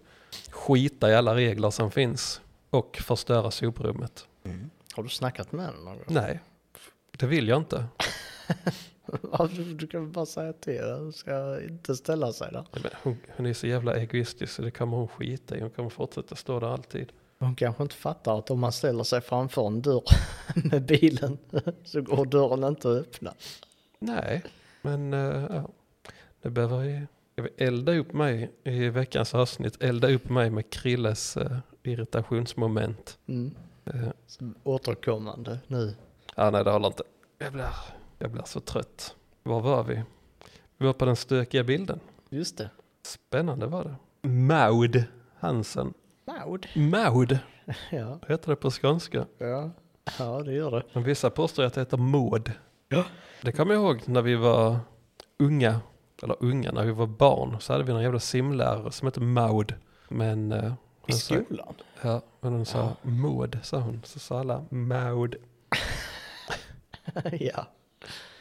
Speaker 1: skita i alla regler som finns och förstöra soprummet.
Speaker 2: Har du snackat med henne någon gång? (laughs)
Speaker 1: Nej, det vill jag inte.
Speaker 2: Varför- Alltså, du kan väl bara säga till henne, du ska inte ställa sig där.
Speaker 1: Men hon, hon är så jävla egoistisk så det kommer hon skita i. Hon kommer fortsätta stå där alltid.
Speaker 2: Hon kanske inte fattar att om man ställer sig framför en dörr (laughs) med bilen (laughs) så går dörren inte att öppna.
Speaker 1: Nej, men eh, ja. det behöver jag, jag vill elda upp mig i veckans avsnitt. Elda upp mig med Krilles eh, irritationsmoment.
Speaker 2: Mm.
Speaker 1: Eh,
Speaker 2: Så Återkommande nu.
Speaker 1: ja, nej, det håller inte. Jag blir, jag blir så trött. Var var vi? Vi var på den stökiga bilden.
Speaker 2: Just det.
Speaker 1: Spännande var det. Maud Hansen.
Speaker 2: Maud.
Speaker 1: Maud
Speaker 2: Ja.
Speaker 1: heter det på skånska.
Speaker 2: ja. Ja, det gör det.
Speaker 1: Men vissa påstår att det heter Maud.
Speaker 2: Ja.
Speaker 1: Det kommer jag ihåg när vi var unga, eller unga, när vi var barn så hade vi någon jävla simlärare som hette Maud. Men, eh,
Speaker 2: I
Speaker 1: hon sa,
Speaker 2: skolan.
Speaker 1: ja, men hon sa Maud, sa hon. Så sa alla Maud.
Speaker 2: (laughs) ja.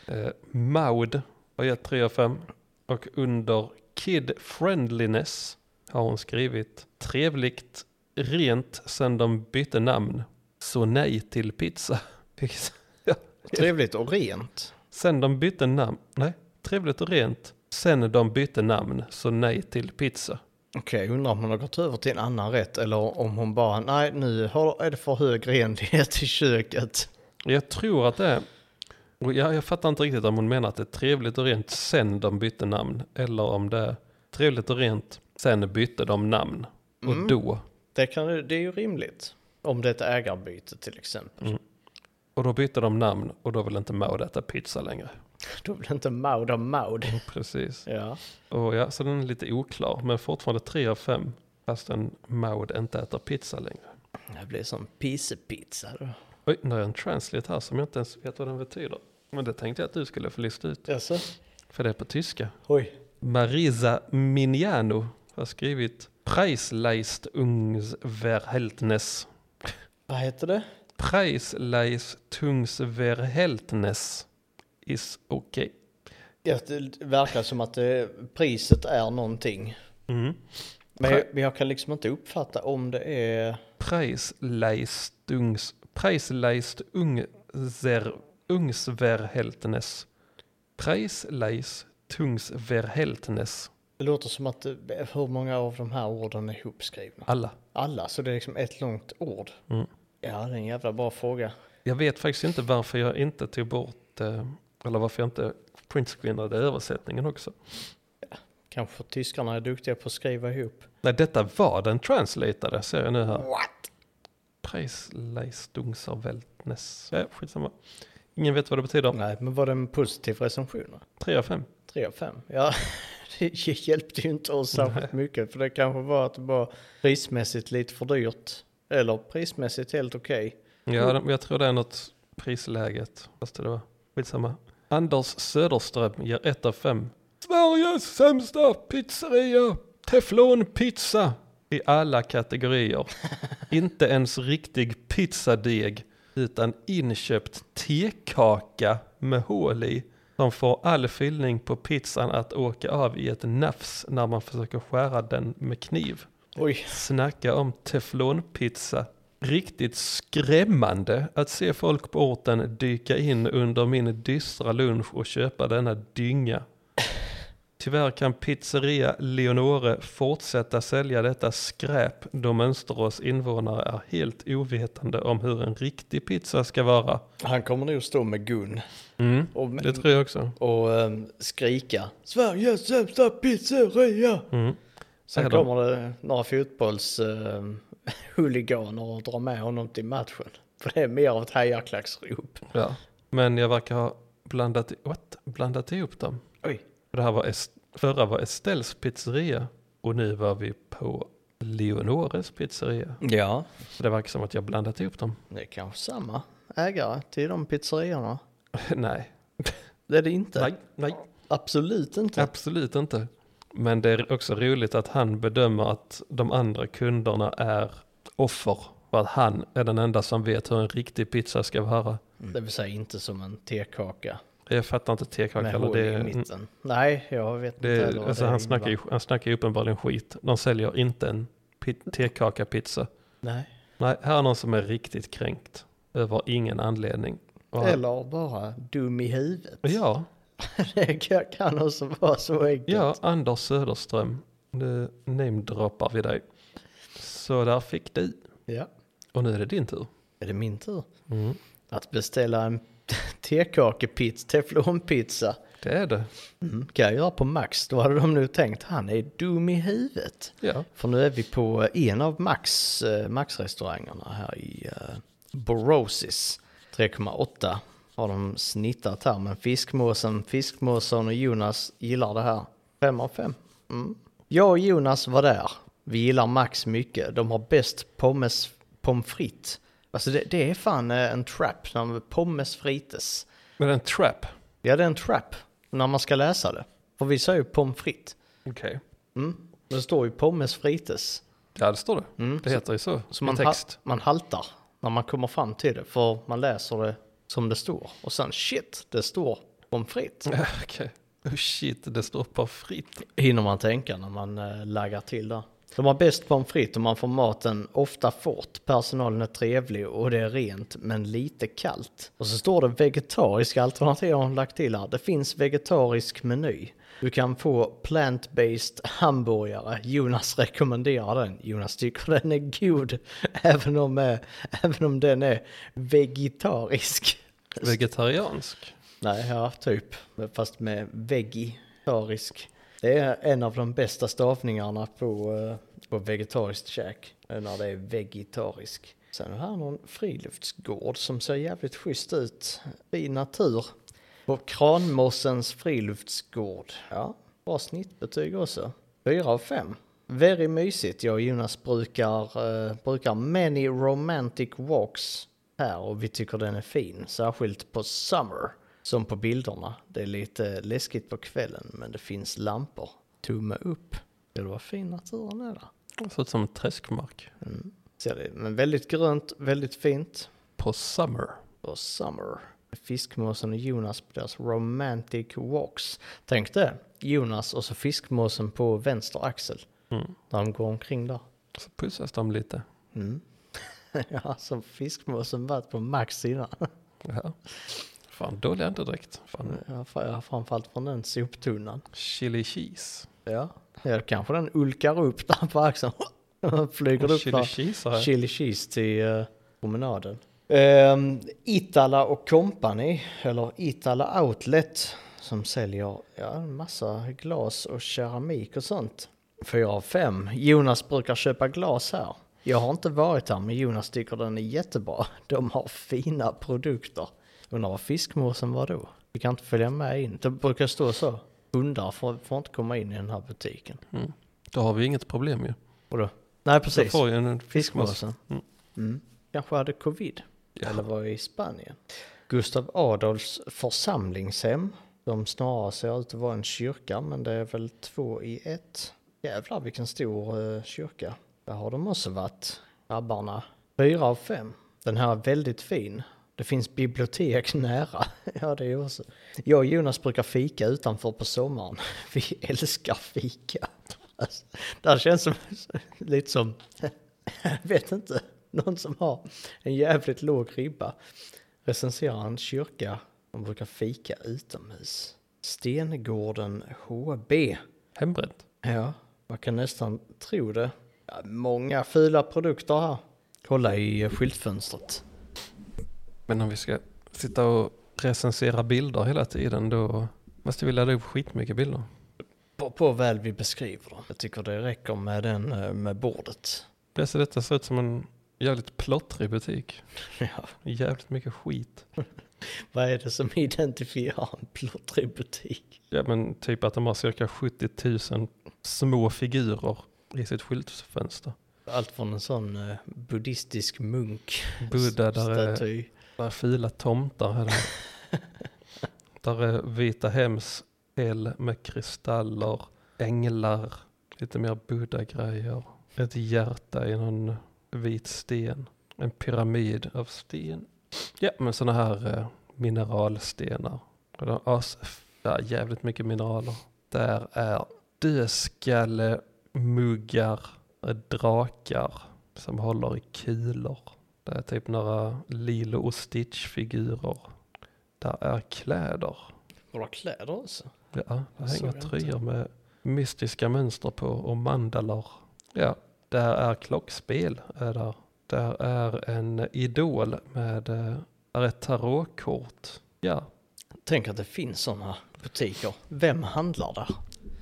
Speaker 1: Eh, Maud har gett 3 av 5 och under Kid Friendliness har hon skrivit trevligt, rent sen de bytte namn. Så nej till pizza. (laughs) Vilket- ja.
Speaker 2: Trevligt och rent.
Speaker 1: Sen de bytte namn, nej, trevligt och rent. Sen de bytte namn, så nej till pizza.
Speaker 2: Okej, undrar om hon har gått över till en annan rätt eller om hon bara, nej nu har, är det för hög (laughs) renlighet i köket.
Speaker 1: Jag tror att det är, och jag, jag fattar inte riktigt om hon menar att det är trevligt och rent sen de bytte namn. Eller om det är trevligt och rent, sen bytte de namn. Och
Speaker 2: Mm.
Speaker 1: då,
Speaker 2: Det, kan, det är ju rimligt. Om det är ett ägarbyte till exempel.
Speaker 1: och då bytte de namn och då vill inte Maud äta pizza längre.
Speaker 2: (laughs) Då blir inte Maud av (laughs) Maud.
Speaker 1: Precis.
Speaker 2: Ja.
Speaker 1: Och ja, så den är lite oklar, men fortfarande 3 av 5. Fast en Maud inte äter pizza längre.
Speaker 2: Det blir som pissepizza då.
Speaker 1: Oj, nu har jag en translate här som jag inte ens vet vad den betyder. Men det tänkte jag att du skulle få lista ut,
Speaker 2: Jaså?
Speaker 1: för det är på tyska.
Speaker 2: Oj.
Speaker 1: Marisa Miniano har skrivit Preisleistungsverhältnis.
Speaker 2: Vad heter det?
Speaker 1: Preisleistungsverhältnis is okej.
Speaker 2: Ja, det verkar som att det, priset är någonting.
Speaker 1: Mm.
Speaker 2: Men
Speaker 1: Pre-
Speaker 2: jag, men jag kan liksom inte uppfatta om det är...
Speaker 1: Preisleistungs... Preisleistungsverhältnis. Preisleistungsverhältnis.
Speaker 2: Det låter som att det, hur många av de här orden är ihopskrivna?
Speaker 1: Alla.
Speaker 2: Alla, så det är liksom ett långt ord.
Speaker 1: Mm.
Speaker 2: Ja, det är en jävla bra fråga.
Speaker 1: Jag vet faktiskt inte varför jag inte tog bort, eh, eller varför jag inte printscreenade översättningen också.
Speaker 2: Kanske tyskarna är duktiga på att skriva ihop.
Speaker 1: Nej, detta var den translatade ser jag nu här.
Speaker 2: What?
Speaker 1: Preisleistungsverhältnis. Ja, skitsamma. Ingen vet vad det betyder.
Speaker 2: Nej, men var det en positiv recension? då?
Speaker 1: 3 av 5.
Speaker 2: Tre av fem. Ja, (laughs) det hjälpte ju inte oss särskilt mycket. För det kanske var att det var prismässigt lite för dyrt. Eller prismässigt helt okej.
Speaker 1: Ja, de- jag tror det är något prisläget. Fast det var skitsamma. Anders Söderström ger 1 av 5. Sveriges sämsta pizzeria. Teflonpizza. I alla kategorier. Inte ens riktig pizzadeg. Utan inköpt tekaka med hål i. Som får all fyllning på pizzan att åka av i ett nafs när man försöker skära den med kniv.
Speaker 2: Oj,
Speaker 1: Snacka om teflonpizza. Riktigt skrämmande att se folk på orten dyka in under min dystra lunch och köpa denna dynga. Tyvärr kan pizzeria Leonore fortsätta sälja detta skräp då Mönsterås invånare är helt ovetande om hur en riktig pizza ska vara.
Speaker 2: han kommer nog stå med gun
Speaker 1: Mm,
Speaker 2: och,
Speaker 1: det tror jag också.
Speaker 2: och ehm, skrika Sveriges sämsta pizzeria!
Speaker 1: Mm.
Speaker 2: Sen
Speaker 1: Är de-
Speaker 2: kommer det några (laughs) fotbollshuliganer och drar med honom till matchen. För det är mer av ett hejarklacksrop.
Speaker 1: Ja. Men jag verkar ha blandat, what? blandat ihop dem.
Speaker 2: Oj.
Speaker 1: Det här var Est- förra var Estelles pizzeria och nu var vi på Leonores pizzeria.
Speaker 2: Ja.
Speaker 1: Det verkar som att jag blandat ihop dem. (laughs)
Speaker 2: Det är kanske samma ägare till de pizzeriorna.
Speaker 1: nej,
Speaker 2: Det är det inte.
Speaker 1: nej, nej,
Speaker 2: Absolut inte.
Speaker 1: absolut inte. Men det är också roligt att han bedömer att de andra kunderna är offer. För att han är den enda som vet hur en riktig pizza ska vara.
Speaker 2: Det vill säga inte som en tekaka
Speaker 1: Jag fattar inte tekaka.
Speaker 2: med
Speaker 1: eller
Speaker 2: hål
Speaker 1: Det,
Speaker 2: i
Speaker 1: mm,
Speaker 2: mitten. Nej, jag vet inte
Speaker 1: det,
Speaker 2: vad
Speaker 1: alltså
Speaker 2: det
Speaker 1: han,
Speaker 2: innebär.
Speaker 1: snackar ju, han snackar ju uppenbarligen skit. De säljer inte en pi- tekaka-pizza.
Speaker 2: Nej.
Speaker 1: Nej, här är någon som är riktigt kränkt över ingen anledning. Och han-
Speaker 2: Eller bara dum i huvudet.
Speaker 1: Ja,
Speaker 2: (laughs) Det kan- kan också vara så enkelt.
Speaker 1: ja, Anders Söderström. Nu namedroppar vi dig. Så där fick du.
Speaker 2: ja.
Speaker 1: Och nu är det din tur.
Speaker 2: Är det min tur?
Speaker 1: Mm.
Speaker 2: Att beställa en (laughs) tekakepizza, teflonpizza.
Speaker 1: Det är det.
Speaker 2: Mm, kan jag göra på Max. Då hade de nu tänkt han är dum i huvudet.
Speaker 1: Ja.
Speaker 2: För nu är vi på en av Max, eh, Max-restaurangerna här i eh, Borosis. 3,8 har de snittat här, men Fiskmåsen, Fiskmåsen och Jonas gillar det här. 5 av 5. Mm. Jag och Jonas var där. Vi gillar Max mycket. De har bäst pommes, pommes frites. Alltså det, det är fan eh, en trap, när man- pommes frites.
Speaker 1: Men en trap.
Speaker 2: Ja, det är en trap när man ska läsa det. För vi säger ju pommes frites.
Speaker 1: Okej.
Speaker 2: Mm. Det står ju pommes frites.
Speaker 1: Ja, det står det.
Speaker 2: Mm,
Speaker 1: Det heter ju så,
Speaker 2: Så
Speaker 1: i
Speaker 2: man,
Speaker 1: text.
Speaker 2: ha, man haltar när man kommer fram till det, för man läser det som det står. Och sen shit, det står pommes frites.
Speaker 1: Ja, Okej. Oh shit, det står på fritt.
Speaker 2: Hinner man tänka när man eh, laggar till där. De har bäst pommes frites och man får maten ofta fort. Personalen är trevlig och det är rent men lite kallt. Och så står det vegetariska alternativ har de lagt till här. Det finns vegetarisk meny. Du kan få plant-based hamburgare. Jonas rekommenderar den. Jonas tycker den är god (laughs) även om, eh, även om den är vegetarisk.
Speaker 1: Vegetariansk.
Speaker 2: Nej, ja, typ. Fast med vegetarisk. Det är en av de bästa stavningarna på, eh, på vegetariskt käk. eh, När det är vegetarisk. Sen har han någon friluftsgård som ser jävligt schysst ut. Fin natur. På Kranmossens friluftsgård. Ja, bra snittbetyg också. Fyra av fem. Very mysigt. Jag och Jonas brukar, eh, brukar many romantic walks här och vi tycker den är fin. Särskilt på summer, som på bilderna. Det är lite läskigt på kvällen men det finns lampor. Tumme upp. Det var fin naturen är där.
Speaker 1: Det ser ut som en träskmark.
Speaker 2: Mm. Ser det, men väldigt grönt, väldigt fint.
Speaker 1: På Summer.
Speaker 2: Och Summer. Fiskmåsen och Jonas på deras romantic walks. Tänk det, Jonas och så fiskmåsen på vänster axel.
Speaker 1: Mm.
Speaker 2: När de går omkring där.
Speaker 1: Så pussas de lite.
Speaker 2: Mm. (laughs) ja, som fiskmåsen varit på Max sida.
Speaker 1: Ja. Fan, dålig andedräkt. Fan,
Speaker 2: Ja, fra- ja, framförallt från den soptunnan.
Speaker 1: chili cheese.
Speaker 2: Ja. ja, kanske den ulkar upp där på axeln. (laughs) Flyger upp
Speaker 1: Chili
Speaker 2: där.
Speaker 1: cheese har jag.
Speaker 2: Chili cheese till eh, promenaden. Ehm, Itala och Company, eller Itala Outlet, som säljer ja, en massa glas och keramik och sånt. Fyra av fem. Jonas brukar köpa glas här. Jag har inte varit här, men Jonas tycker den är jättebra. De har fina produkter. Undrar vad fiskmåsen var då? Vi kan inte följa med in. Det brukar stå så. Hundar får, får inte komma in i den här butiken.
Speaker 1: Mm. Då har vi inget problem ju.
Speaker 2: Och då? Nej,
Speaker 1: Då
Speaker 2: precis.
Speaker 1: får ju en
Speaker 2: Fiskmåsen.
Speaker 1: Mm.
Speaker 2: Mm. Kanske hade covid
Speaker 1: Ja.
Speaker 2: eller var i Spanien. Gustav Adolfs församlingshem, som snarare ser ut att vara en kyrka, men det är väl två i ett. Jävlar vilken stor eh, kyrka. Där har de också varit, grabbarna. Fyra av fem. Den här är väldigt fin. Det finns bibliotek (laughs) nära. ja, det är också. Jag och Jonas brukar fika utanför på sommaren. (laughs) Vi älskar fika. Alltså, det här känns som, (laughs) lite som, (laughs) jag vet inte, någon som har en jävligt låg ribba. Recenserar en kyrka, de brukar fika utomhus. Stengården HB.
Speaker 1: Hembränt.
Speaker 2: Ja, man kan nästan tro det. Ja, många fula produkter här. Kolla i eh, skyltfönstret.
Speaker 1: Men om vi ska sitta och recensera bilder hela tiden då måste vi ladda upp skitmycket bilder.
Speaker 2: På, på väl vi beskriver dem. Jag tycker det räcker med den eh, med bordet. (laughs)
Speaker 1: Det ser detta ser ut som en jävligt plottrig butik.
Speaker 2: Ja,
Speaker 1: Jävligt mycket skit.
Speaker 2: vad är det som identifierar en plottrig butik?
Speaker 1: Ja men typ att de har cirka 70 000 små figurer i sitt skyltfönster.
Speaker 2: Allt från en sån eh, buddhistisk munk
Speaker 1: Buddha där är
Speaker 2: staty.
Speaker 1: Där är fula tomtar. Eller? där är vita hems el med kristaller, änglar, lite mer buddha-grejer. Ett hjärta i någon vit sten. En pyramid av sten. Ja, men sådana här eh, mineralstenar. Och de har as- ja, jävligt mycket mineraler. Där är dödskalle, muggar, eh, drakar som håller i kulor. Det är typ några Lilo och Stitch-figurer. Där är kläder.
Speaker 2: Har du kläder också?
Speaker 1: Ja, där
Speaker 2: Såg
Speaker 1: hänger
Speaker 2: jag inte.
Speaker 1: tröjor med mystiska mönster på och mandalar. Ja, där är klockspel. Är där. där är en idol med eh, där är ett tarotkort. Ja,
Speaker 2: Tänk att det finns sådana butiker. Vem handlar där?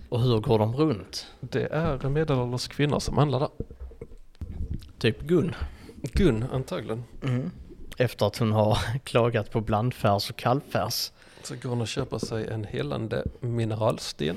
Speaker 2: Och hur går de runt?
Speaker 1: det är medelålders kvinnor som handlar där.
Speaker 2: Typ Gun.
Speaker 1: Gun antagligen.
Speaker 2: Mm. Efter att hon har (laughs) klagat på blandfärs och kallfärs.
Speaker 1: Så går hon och köper sig en helande mineralsten.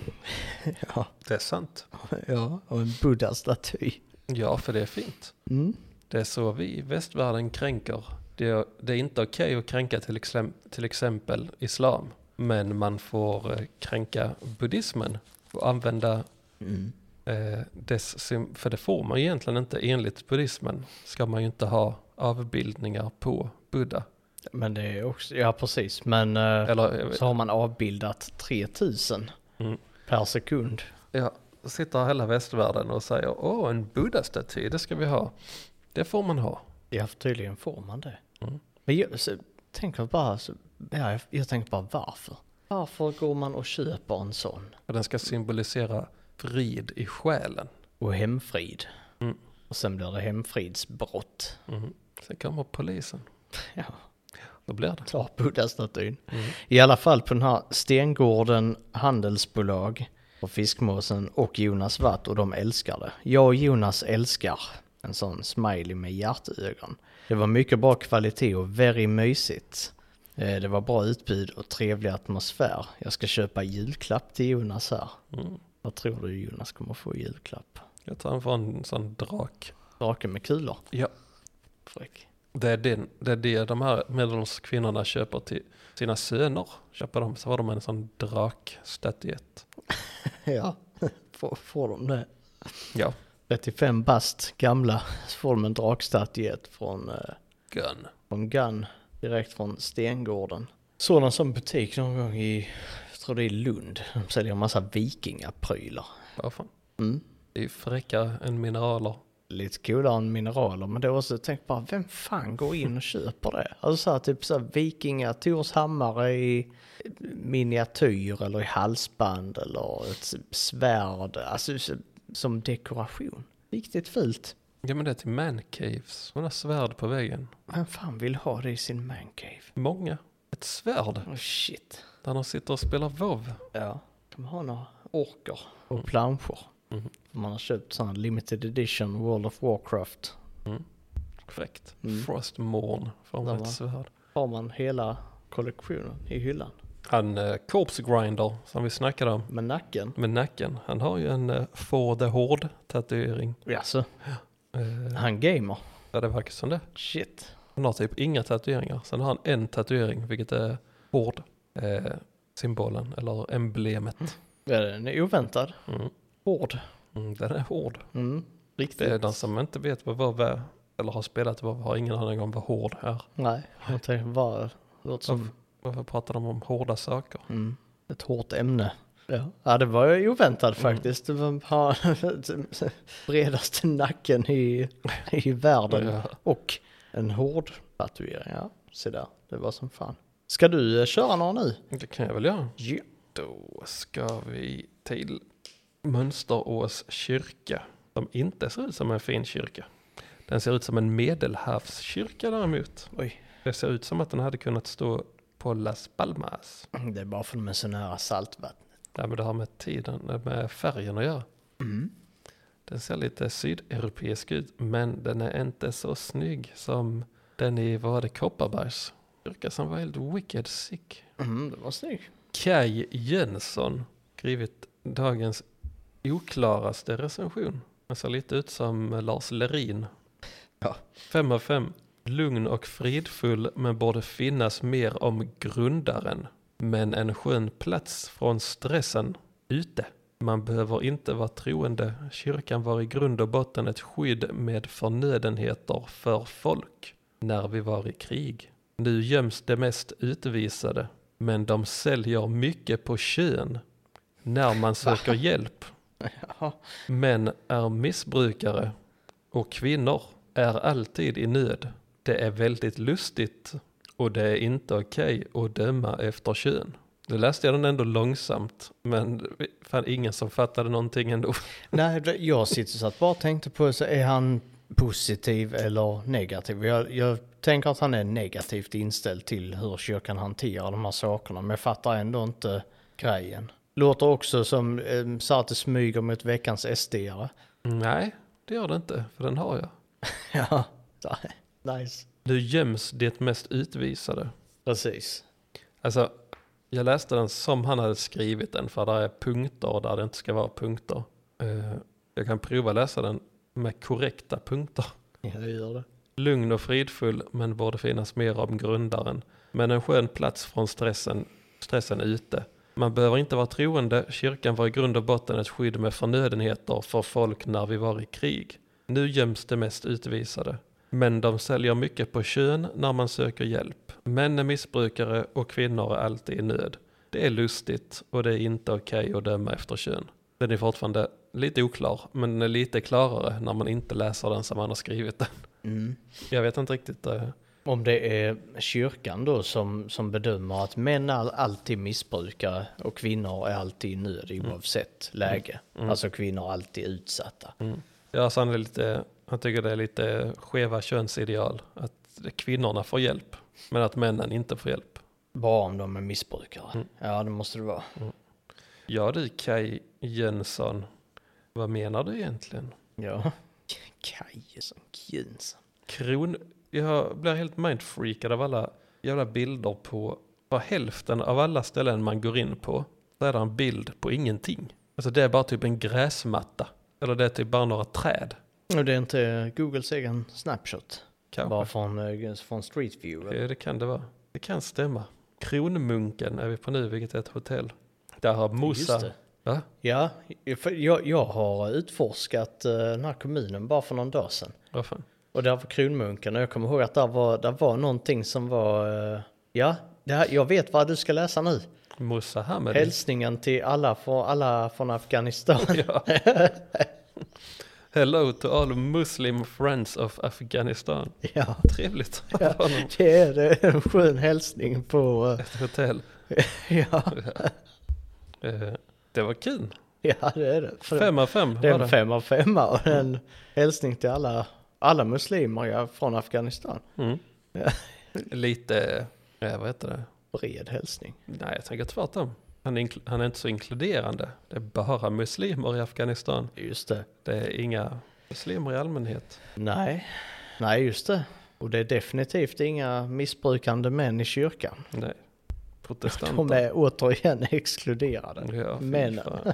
Speaker 2: Ja, (laughs)
Speaker 1: Det är sant.
Speaker 2: ja och en buddha-staty.
Speaker 1: Ja, för det är fint.
Speaker 2: Mm.
Speaker 1: Det är så vi i västvärlden kränker. Det är, det är inte okej att kränka till, exem, till exempel islam. Men man får eh, kränka buddhismen och använda
Speaker 2: Mm.
Speaker 1: eh, dess sym- För det får man ju egentligen inte enligt buddhismen. Ska man ju inte ha avbildningar på Buddha.
Speaker 2: Men det är också, ja precis, men eh,
Speaker 1: Eller eh,
Speaker 2: så har man avbildat 3000
Speaker 1: Mm.
Speaker 2: per sekund.
Speaker 1: ja, sitter hela västvärlden och säger åh en buddha-staty, det ska vi ha. Det får man ha.
Speaker 2: Ja, för tydligen får man det.
Speaker 1: Mm.
Speaker 2: Men jag så, tänker bara, så, ja, jag, jag tänker bara varför? Varför går man och köper en sån?
Speaker 1: Och den ska symbolisera frid i själen.
Speaker 2: och hemfrid.
Speaker 1: Mm.
Speaker 2: Och sen blir det hemfridsbrott.
Speaker 1: Mm. Sen kommer polisen.
Speaker 2: Ja,
Speaker 1: Då blir det.
Speaker 2: tar buddhastatyn.
Speaker 1: Mm.
Speaker 2: I alla fall på den här Stengården handelsbolag och Fiskmåsen och Jonas Watt och de älskar det. Jag och Jonas älskar en sån smiley med hjärtögon. Det var mycket bra kvalitet och very mysigt. Eh, Det var bra utbud och trevlig atmosfär. Jag ska köpa julklapp till Jonas här.
Speaker 1: Mm.
Speaker 2: Vad tror du Jonas kommer få i julklapp?
Speaker 1: Jag tror han får en sån drak.
Speaker 2: Draken med kulor?
Speaker 1: Ja.
Speaker 2: Fräck.
Speaker 1: Det är, den, det är det de här medelålders kvinnorna köper till sina söner. Köper de, så har de en sån drakstatyett.
Speaker 2: Ja, (laughs) får, får de det?
Speaker 1: Ja.
Speaker 2: 35 bast gamla så får de en drakstatyett från, eh,
Speaker 1: Gun.
Speaker 2: från Gun direkt från Stengården. Såg någon sån butik någon gång i, jag tror det är Lund, de säljer en massa vikingaprylar.
Speaker 1: Vad fan.
Speaker 2: Mm.
Speaker 1: Det är ju fräckare än mineraler.
Speaker 2: lite coolare än mineraler. Men då också tänk bara, vem fan går in och köper det? Alltså så här, typ så här, vikingar, Tors hammare i miniatyr eller i halsband eller ett svärd. Alltså så- som dekoration. Riktigt fult.
Speaker 1: Ja men det är till mancaves. Hon har svärd på väggen.
Speaker 2: Vem fan vill ha det i sin mancave?
Speaker 1: Många. Ett svärd.
Speaker 2: Oh shit.
Speaker 1: Där de sitter och spelar vov.
Speaker 2: Ja. Kan man ha några orker och planscher?
Speaker 1: Mhm.
Speaker 2: Man har köpt sådana limited edition World of Warcraft.
Speaker 1: Fräckt.
Speaker 2: Mm.
Speaker 1: Frostmorn får hon
Speaker 2: Där
Speaker 1: ett
Speaker 2: var.
Speaker 1: svärd.
Speaker 2: Har man hela kollektionen i hyllan.
Speaker 1: Han eh, corpse grinder som vi snackade om.
Speaker 2: Med nacken.
Speaker 1: Med nacken. Han har ju en eh, For the Horde tatuering.
Speaker 2: Jaså?
Speaker 1: Eh,
Speaker 2: Han gamer?
Speaker 1: ja det verkar som det.
Speaker 2: Shit.
Speaker 1: Han har typ inga tatueringar. Sen har han en tatuering vilket är Hord. Eh, symbolen eller emblemet.
Speaker 2: Ja, den är oväntad.
Speaker 1: Mm.
Speaker 2: Hård.
Speaker 1: Mm, den är hård.
Speaker 2: Mm. Riktigt.
Speaker 1: Det är den som inte vet vad WoW är. Eller har spelat WoW har ingen aning om vad hård är.
Speaker 2: Nej, jag tänkte bara... Låter som...
Speaker 1: Varför pratar de om hårda saker?
Speaker 2: Mm. Ett hårt ämne. Ja, ja det var ju oväntat faktiskt. Det var ha, (laughs) bredaste nacken i, i världen.
Speaker 1: Ja.
Speaker 2: Och en hård tatuering. Ja, se där. Det var som fan. Ska du eh, köra några nu?
Speaker 1: Det kan jag väl göra.
Speaker 2: Ja.
Speaker 1: Då ska vi till Mönsterås kyrka. Som inte ser ut som en fin kyrka. Den ser ut som en medelhavskyrka däremot.
Speaker 2: Oj.
Speaker 1: Det ser ut som att den hade kunnat stå på Las Palmas.
Speaker 2: Det är bara för att de är så nära saltvatten.
Speaker 1: Nej men det har med tiden, med färgen att göra.
Speaker 2: Mm.
Speaker 1: Den ser lite sydeuropeisk ut men den är inte så snygg som den i, vad var det, Kopparbergs kyrka som var helt wicked sick.
Speaker 2: Mm, det var snyggt. (laughs)
Speaker 1: Kaj Jönsson skrivit dagens oklaraste recension. Den ser lite ut som Lars Lerin.
Speaker 2: Ja.
Speaker 1: Fem av fem. Lugn och fridfull men borde finnas mer om grundaren. Men en skön plats från stressen ute. Man behöver inte vara troende. Kyrkan var i grund och botten ett skydd med förnödenheter för folk när vi var i krig. Nu göms de mest utvisade, men de säljer mycket på kön när man söker hjälp.
Speaker 2: Jaha.
Speaker 1: Män är missbrukare och kvinnor är alltid i nöd. Det är väldigt lustigt och det är inte okej att döma efter kön. Nu läste jag den ändå långsamt, men fan ingen som fattade någonting ändå. (laughs)
Speaker 2: Nej, det- jag sitter så att bara tänkte på så är han positiv eller negativ? Jag, jag tänker att han är negativt inställd till hur kyrkan hanterar de här sakerna, men jag fattar ändå inte grejen. Låter också som eh, så att det smyger mot veckans SD-are.
Speaker 1: Nej, det gör det inte, för den har jag.
Speaker 2: (laughs) ja, nice.
Speaker 1: Nu göms det mest utvisade.
Speaker 2: Precis.
Speaker 1: Alltså, jag läste den som han hade skrivit den, för där är punkter där det inte ska vara punkter. Eh, Jag kan prova läsa den med korrekta punkter.
Speaker 2: Jag gör det.
Speaker 1: Lugn och fridfull, men borde finnas mer om grundaren. Men en skön plats från stressen, stressen ute. Man behöver inte vara troende, kyrkan var i grund och botten ett skydd med förnödenheter för folk när vi var i krig. Nu göms de mest utvisade. Men de säljer mycket på kön när man söker hjälp. Män är missbrukare och kvinnor är alltid i nöd. Det är lustigt och det är inte okej att döma efter kön. Den är fortfarande lite oklar, men den är lite klarare när man inte läser den som han har skrivit den.
Speaker 2: Mm.
Speaker 1: Jag vet inte riktigt. eh,
Speaker 2: Om det är kyrkan då som, som bedömer att män är alltid missbrukare och kvinnor är alltid i nöd oavsett läge. Alltså kvinnor är alltid utsatta.
Speaker 1: Ja, alltså han, är lite, han tycker det är lite skeva könsideal. Att det- kvinnorna får hjälp, men att männen inte får hjälp.
Speaker 2: Bara om de är missbrukare. Ja, det måste det vara.
Speaker 1: Ja du Kaj Jönsson, vad menar du egentligen?
Speaker 2: Ja. Kajsen, Jönsson.
Speaker 1: Kron... Jag blir helt mindfreakad av alla jävla bilder på, på hälften av alla ställen man går in på. Så är det en bild på ingenting. Alltså det är bara typ en gräsmatta. Eller det är typ bara några träd.
Speaker 2: Och det är inte Googles egen snapshot.
Speaker 1: Kanske.
Speaker 2: Bara från, eh, från Street View. eller?
Speaker 1: Ja, det kan det vara. Det kan stämma. Kronmunken är vi på nu, vilket är ett hotell. Där har
Speaker 2: Just
Speaker 1: Musa...
Speaker 2: det.
Speaker 1: Va?
Speaker 2: Ja, för jag, jag har utforskat eh, den här kommunen bara för någon dag sedan.
Speaker 1: Vad fan?
Speaker 2: Och där var Kronmunken och jag kommer ihåg att där var, där var någonting som var... eh, Ja, det här, jag vet vad du ska läsa nu.
Speaker 1: Musa Hamed.
Speaker 2: Hälsningen till alla, från alla från Afghanistan.
Speaker 1: (laughs)
Speaker 2: (laughs)
Speaker 1: Ja. Hello to all Muslim friends of Afghanistan.
Speaker 2: ja,
Speaker 1: Trevligt.
Speaker 2: (laughs) Ja.
Speaker 1: Honom.
Speaker 2: det är det är en skön hälsning på... eh,
Speaker 1: Ett
Speaker 2: (laughs)
Speaker 1: hotell.
Speaker 2: Ja,
Speaker 1: Eh, Det var kul.
Speaker 2: (laughs) ja det är det. För det-
Speaker 1: Fem av fem
Speaker 2: det är
Speaker 1: var
Speaker 2: en
Speaker 1: det.
Speaker 2: fem av femma och en hälsning till alla, alla muslimer ja, från Afghanistan.
Speaker 1: Mm.
Speaker 2: Ja.
Speaker 1: Lite, eh, vad heter det?
Speaker 2: Bred hälsning.
Speaker 1: Nej, jag tänker tvärtom. Han är, inkl- han är inte så inkluderande. Det är bara muslimer i Afghanistan.
Speaker 2: Just det.
Speaker 1: Det är inga muslimer i allmänhet.
Speaker 2: Nej, nej just det. Och det är definitivt inga missbrukande män i kyrkan.
Speaker 1: Nej.
Speaker 2: De
Speaker 1: Protestanter.
Speaker 2: är återigen (laughs) exkluderade.
Speaker 1: Ja, fy
Speaker 2: Men-
Speaker 1: fan.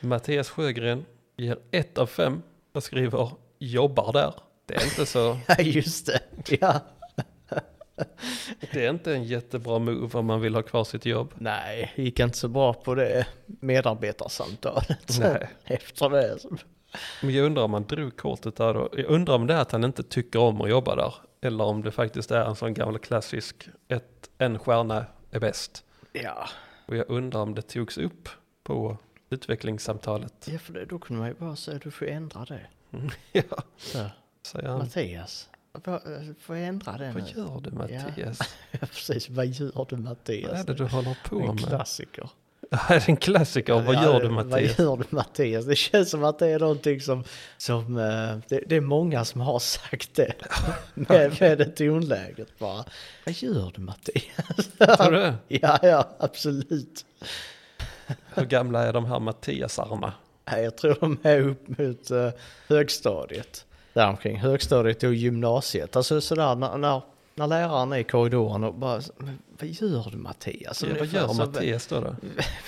Speaker 1: Mattias Sjögren ger ett av fem och skriver jobbar där. Det är inte så.
Speaker 2: Ja, just (laughs) det. Ja.
Speaker 1: Det är inte en jättebra move om man vill ha kvar sitt jobb.
Speaker 2: Nej, gick inte så bra på det medarbetarsamtalet.
Speaker 1: Nej.
Speaker 2: (laughs) Efter det.
Speaker 1: Men jag undrar om han drog kortet där då. Jag undrar om det är att han inte tycker om att jobba där. Eller om det faktiskt är en sån gammal klassisk ett, en stjärna är bäst.
Speaker 2: Ja,
Speaker 1: Och jag undrar om det togs upp på utvecklingssamtalet.
Speaker 2: ja för det, då kunde man ju bara säga du får ändra det.
Speaker 1: Ja,
Speaker 2: Så,
Speaker 1: säger han.
Speaker 2: Mattias, vad, eh, får jag (laughs) ändra det
Speaker 1: Vad
Speaker 2: nu?
Speaker 1: gör du Mattias?
Speaker 2: (laughs) Ja, precis, vad gör du Mattias?
Speaker 1: Vad är det du håller på
Speaker 2: en
Speaker 1: med?
Speaker 2: klassiker.
Speaker 1: Det här är en klassiker. Vad
Speaker 2: Ja,
Speaker 1: gör du
Speaker 2: det-
Speaker 1: Mattias?
Speaker 2: Vad gör du Mattias? Det känns som att det är någonting som, som eh, det, det är många som har
Speaker 1: (laughs)
Speaker 2: sagt det. Med, med det tonläget bara. Vad gör du Mattias? (laughs)
Speaker 1: Tror du det?
Speaker 2: ja, ja, absolut.
Speaker 1: Hur gamla är de här Mattiasarna?
Speaker 2: Nej, Jag tror de är upp mot eh, högstadiet. Däromkring, högstadiet och gymnasiet. Alltså sådär när, när, när läraren är i korridoren och bara, "Men vad gör du Mattias?
Speaker 1: Ja, vad gör
Speaker 2: Alltså,
Speaker 1: Mattias då? då?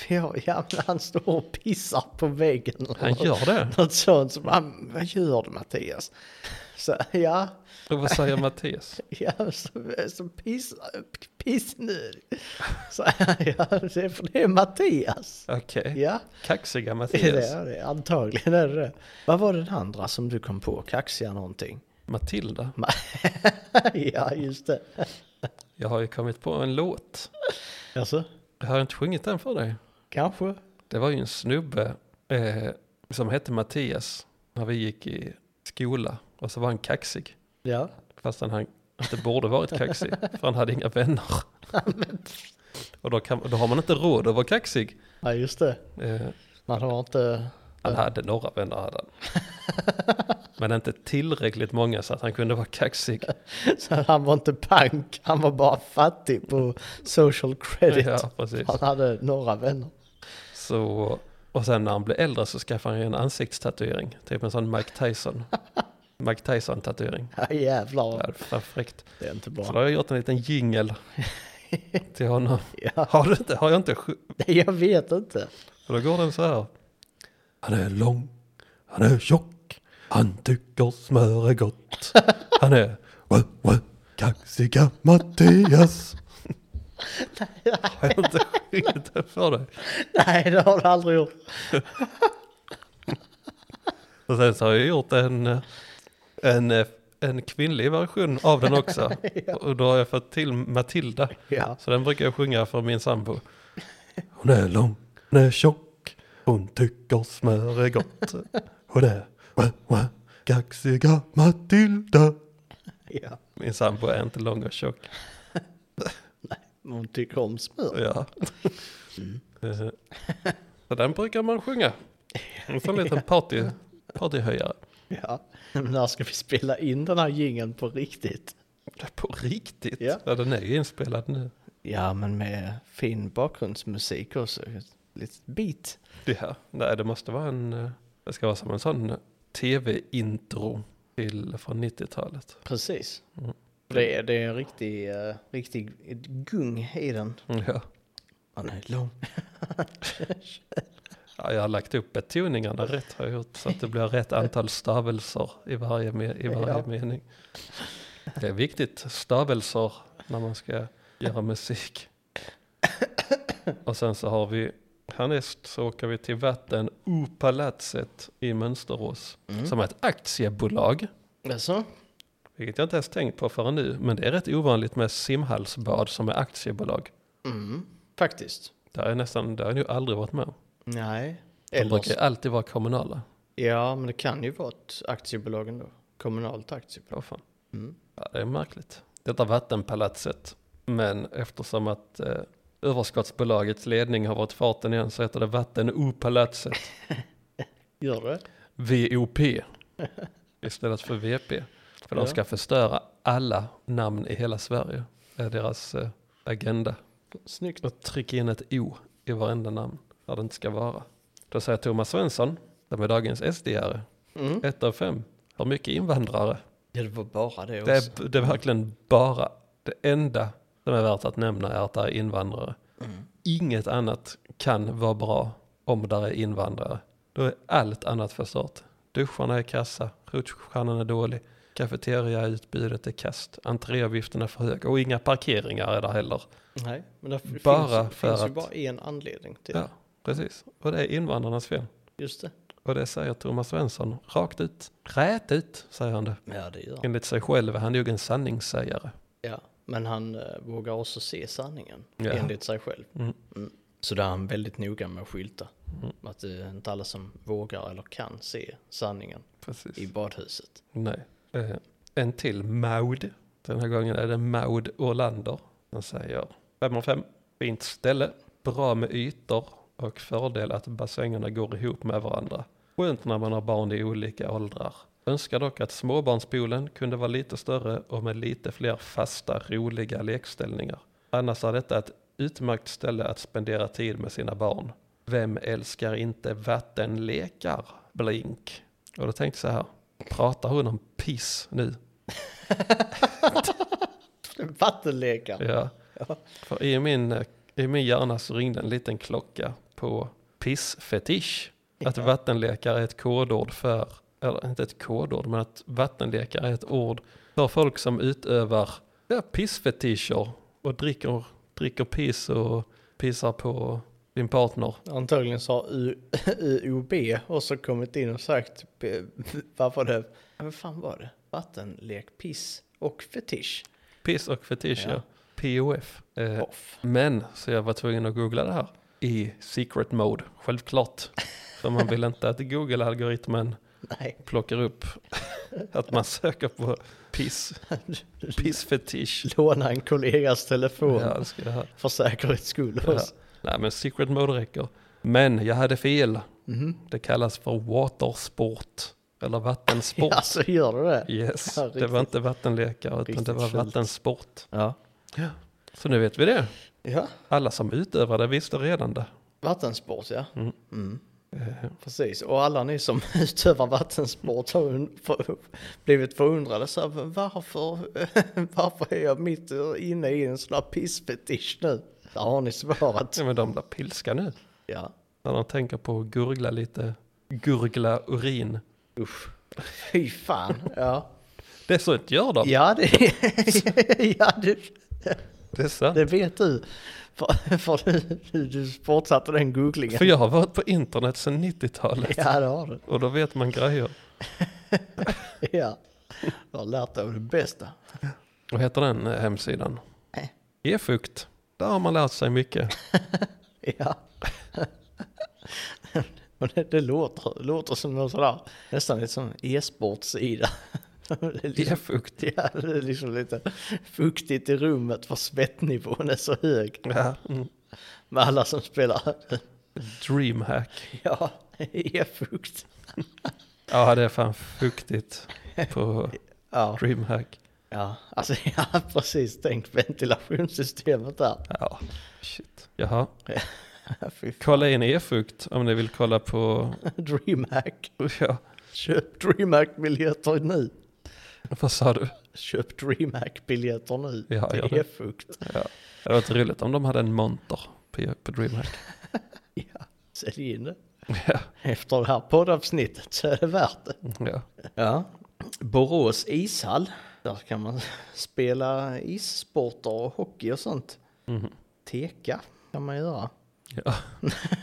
Speaker 2: (laughs) Ja, ja, men han står och pissar på väggen.
Speaker 1: Han gör det.
Speaker 2: Något sånt som, "Man, vad gör du Mattias? Så, ja,
Speaker 1: Och vad
Speaker 2: (laughs)
Speaker 1: säger Mattias?
Speaker 2: ja, så, så piss, pissnödig. Så, (laughs) ja, det är, för det är Mattias.
Speaker 1: Okej.
Speaker 2: Ja,
Speaker 1: Kaxiga
Speaker 2: det är
Speaker 1: Mattias.
Speaker 2: det, det, är- antagligen är det det. Vad var den andra som du kom på, kaxiga någonting?
Speaker 1: Matilda.
Speaker 2: (laughs) ja, just det.
Speaker 1: Jag har ju kommit på en låt.
Speaker 2: Alltså,
Speaker 1: Jag har inte sjungit den för dig.
Speaker 2: kanske.
Speaker 1: Det var ju en snubbe eh, som hette Mattias när vi gick i skola. Och så var han kaxig.
Speaker 2: Ja,
Speaker 1: Fastän han inte borde varit kaxig. För han hade inga vänner. Och då, kan, då har man inte råd att vara kaxig.
Speaker 2: ja just det.
Speaker 1: Eh,
Speaker 2: Man har inte... (laughs)
Speaker 1: han hade några vänner hade han. Men inte tillräckligt många så att han kunde vara kaxig.
Speaker 2: Så han var inte pank, han var bara fattig på social credit.
Speaker 1: Ja, precis.
Speaker 2: Han hade några vänner.
Speaker 1: Så, och sen när han blev äldre så skaffade han ju en ansiktstatuering. Typ en sån Mike Tyson. Mike Tyson-tatuering.
Speaker 2: Ja, jävlar,
Speaker 1: Det är fan fräckt.
Speaker 2: det är inte
Speaker 1: Så
Speaker 2: bra.
Speaker 1: då har jag gjort en liten jingel till honom.
Speaker 2: Ja,
Speaker 1: Har, du inte, har jag inte sj-
Speaker 2: jag vet inte.
Speaker 1: Och då går den så här. Han är lång, han är tjock, han tycker smör är (laughs) gott. Han är wö, wö, kaxiga Mattias. Har jag inte sjungit den för dig?
Speaker 2: Nej, det har du aldrig gjort.
Speaker 1: Och sen så har jag gjort en, eh, en, eh, en kvinnlig version av den (laughs) också. Och då har jag fått till Matilda.
Speaker 2: Ja,
Speaker 1: Så den brukar jag sjunga för min sambo. (laughs) Hon är lång, hon är tjock, hon tycker smör är gott. (laughs) Hon är wah, wah, kaxiga Matilda.
Speaker 2: ja.
Speaker 1: Min sambo är inte lång och tjock.
Speaker 2: Hon tycker om smör.
Speaker 1: (laughs) Ja. Eh, Så den brukar man sjunga. En sån liten party, partyhöjare.
Speaker 2: Ja. Men när ska vi spela in den här jingeln på riktigt?
Speaker 1: På riktigt?
Speaker 2: Ja.
Speaker 1: Ja, den är ju inspelad nu.
Speaker 2: Ja, men med fin bakgrundsmusik också. Ett litet beat.
Speaker 1: Ja, nej det måste vara en, eh, det ska vara som en sån tv-intro till från 90-talet.
Speaker 2: Precis.
Speaker 1: Mm.
Speaker 2: För det är, det är en riktig, eh, riktig gung i den.
Speaker 1: Ja.
Speaker 2: Han är lång.
Speaker 1: Ja, jag har lagt upp betoningarna rätt har jag gjort så att det blir rätt antal stavelser i varje, me- i varje
Speaker 2: Ja.
Speaker 1: mening. Det är viktigt, stavelser när man ska göra musik. Och sen så har vi, härnäst så åker vi till vatten Opalatset i Mönsterås.
Speaker 2: Mm.
Speaker 1: Som är ett aktiebolag,
Speaker 2: Alltså,
Speaker 1: vilket jag inte ens tänkt på förrän nu. Men det är rätt ovanligt med simhalsbad som är aktiebolag.
Speaker 2: mm, faktiskt.
Speaker 1: Det har jag nästan, det har jag nog aldrig varit med om.
Speaker 2: Nej.
Speaker 1: De
Speaker 2: Eller,
Speaker 1: brukar alltid vara kommunala.
Speaker 2: ja, men det kan ju vara ett aktiebolag ändå. Kommunalt aktiebolag.
Speaker 1: Vad fan.
Speaker 2: Mm.
Speaker 1: Ja, det är märkligt. Detta vattenpalatset. Men eftersom att eh, överskottsbolagets ledning har varit farten igen så heter det Vatten-O-palatset.
Speaker 2: Gör det?
Speaker 1: VOP.
Speaker 2: (laughs)
Speaker 1: Istället för VP. För
Speaker 2: Ja.
Speaker 1: de ska förstöra alla namn i hela Sverige. är deras eh, agenda.
Speaker 2: Snyggt.
Speaker 1: Och trycka in ett O i varenda namn där det inte ska vara. Då säger Thomas Svensson, som är dagens SD-are,
Speaker 2: Mm.
Speaker 1: ett av fem, har mycket invandrare.
Speaker 2: Ja, det var bara det också.
Speaker 1: Det är, det är verkligen bara det enda som är värt att nämna är att det är invandrare. Inget annat kan vara bra om det är invandrare. Då är allt annat förstört. Duscharna är kassa, rutschkanan är dålig, kafeteriautbudet är kast, entréavgiften är för hög och inga parkeringar är där heller.
Speaker 2: Nej, men det
Speaker 1: Bara
Speaker 2: finns,
Speaker 1: för
Speaker 2: finns ju
Speaker 1: att-
Speaker 2: bara en anledning till
Speaker 1: Ja. Precis, och det är invandrarnas fel.
Speaker 2: just det.
Speaker 1: Och det säger Thomas Svensson rakt ut, rät ut säger han det.
Speaker 2: Ja, det gör han.
Speaker 1: Enligt sig själv är han nog en sanningssägare.
Speaker 2: Ja, men han eh, vågar också se sanningen
Speaker 1: Ja.
Speaker 2: enligt sig själv.
Speaker 1: Mm.
Speaker 2: Mm. Så där är han väldigt noga med att skylta.
Speaker 1: Mm.
Speaker 2: Att det är inte alla som vågar eller kan se sanningen
Speaker 1: Precis.
Speaker 2: i badhuset.
Speaker 1: Nej. Eh, en till Maud. Den här gången är det Maud Orlander. Den säger 5 av 5. Fint ställe, bra med ytor och fördel att bassängerna går ihop med varandra. Skönt när man har barn i olika åldrar. Önskar dock att småbarnspoolen kunde vara lite större och med lite fler fasta, roliga lekställningar. Annars är detta ett utmärkt ställe att spendera tid med sina barn. Vem älskar inte vattenlekar? Blink. Och då tänkte jag så här, Pratar hon om piss nu?
Speaker 2: Vattenlekar!
Speaker 1: Ja. För i min, eh, i min hjärna så ringde en liten klocka på pissfetisch. Att
Speaker 2: Ja.
Speaker 1: vattenlekar är ett kodord för, eller inte ett kodord, men att vattenlekar är ett ord för folk som utövar ja, pissfetischer och dricker, dricker piss och pissar på din partner.
Speaker 2: Antagligen så har U- (laughs) UOB också kommit in och sagt b- (laughs) vad var det? Ja, Vad fan var det? Vattenlek, piss och fetisch. (laughs)
Speaker 1: Piss och fetisch,
Speaker 2: Ja.
Speaker 1: ja. POF. Eh,
Speaker 2: Off.
Speaker 1: Men, så jag var tvungen att googla det här i secret mode, självklart. För man vill inte att Google-algoritmen
Speaker 2: Nej.
Speaker 1: plockar
Speaker 2: (laughs)
Speaker 1: upp att man söker på piss, pissfetisch.
Speaker 2: (laughs) Låna en kollegas telefon
Speaker 1: Ja, det ska jag ha.
Speaker 2: för säkerhets skull.
Speaker 1: Ja. Nej, men secret mode räcker. Men jag hade fel.
Speaker 2: Mhm.
Speaker 1: Det kallas för watersport, eller vattensport.
Speaker 2: Ja, så gör du det?
Speaker 1: Yes,
Speaker 2: (laughs) Ja,
Speaker 1: det var
Speaker 2: riktigt.
Speaker 1: inte vattenlekar utan det
Speaker 2: Riktigt
Speaker 1: var
Speaker 2: fult.
Speaker 1: vattensport.
Speaker 2: Ja.
Speaker 1: Så nu vet vi det.
Speaker 2: Ja,
Speaker 1: Alla som utövar det visste redan det.
Speaker 2: vattensport ja.
Speaker 1: Mm.
Speaker 2: Mm.
Speaker 1: Eh,
Speaker 2: Precis, och alla ni som (laughs) utövar vattensport har un- för- blivit förundrade. Så här, varför, (laughs) varför är jag mitt inne i en sån här pissfetisch nu? Där har ni svaret.
Speaker 1: Ja, men de blir pilska nu.
Speaker 2: Ja,
Speaker 1: När de tänker på att gurgla lite, gurgla urin.
Speaker 2: usch. Fy fan, ja.
Speaker 1: Dessutom gör de.
Speaker 2: Ja, det, (laughs) ja, det,
Speaker 1: Det är sant.
Speaker 2: det vet du. För, för du, du, du fortsatte den googlingen.
Speaker 1: För jag har varit på internet sedan 90-talet
Speaker 2: Ja, det har du.
Speaker 1: och då vet man grejer.
Speaker 2: Ja. Jag har lärt dig av det bästa.
Speaker 1: Vad heter den eh, hemsidan?
Speaker 2: Nej.
Speaker 1: E-fukt. Där har man lärt sig mycket.
Speaker 2: Ja. (laughs) Och det, det låter, låter som någon sådär, nästan lite som e-sportsida. (laughs) Det är liksom,
Speaker 1: E-fukt.
Speaker 2: (laughs) ja, (laughs) det är liksom lite fuktigt i rummet för svettnivån är så hög.
Speaker 1: Ja. Mm.
Speaker 2: Med alla
Speaker 1: (laughs)
Speaker 2: som spelar,
Speaker 1: Dreamhack.
Speaker 2: (laughs) ja, e-fukt.
Speaker 1: Ja, det är fan fuktigt på
Speaker 2: (laughs) Ja.
Speaker 1: Dreamhack.
Speaker 2: ja, alltså (laughs) ja, precis, tänk ventilationssystemet där.
Speaker 1: Ja, shit. Jaha,
Speaker 2: Fy fan.
Speaker 1: kolla in e-fukt om ni vill kolla på... (laughs)
Speaker 2: (laughs) Dreamhack,
Speaker 1: Ja,
Speaker 2: köp Dreamhack-biljetter nu.
Speaker 1: Vad sa du?
Speaker 2: Köp DreamHack-biljetter nu.
Speaker 1: Ja,
Speaker 2: det
Speaker 1: gör
Speaker 2: är
Speaker 1: det.
Speaker 2: fukt.
Speaker 1: Det var varit roligt om de hade en monter på, på DreamHack.
Speaker 2: Ja, sälj in det.
Speaker 1: Ja,
Speaker 2: Efter det här poddavsnittet så är det värt det.
Speaker 1: Mm, ja.
Speaker 2: Ja. Borås ishall. Där kan man spela issporter och hockey och sånt.
Speaker 1: Mhm.
Speaker 2: Teka kan man göra.
Speaker 1: ja.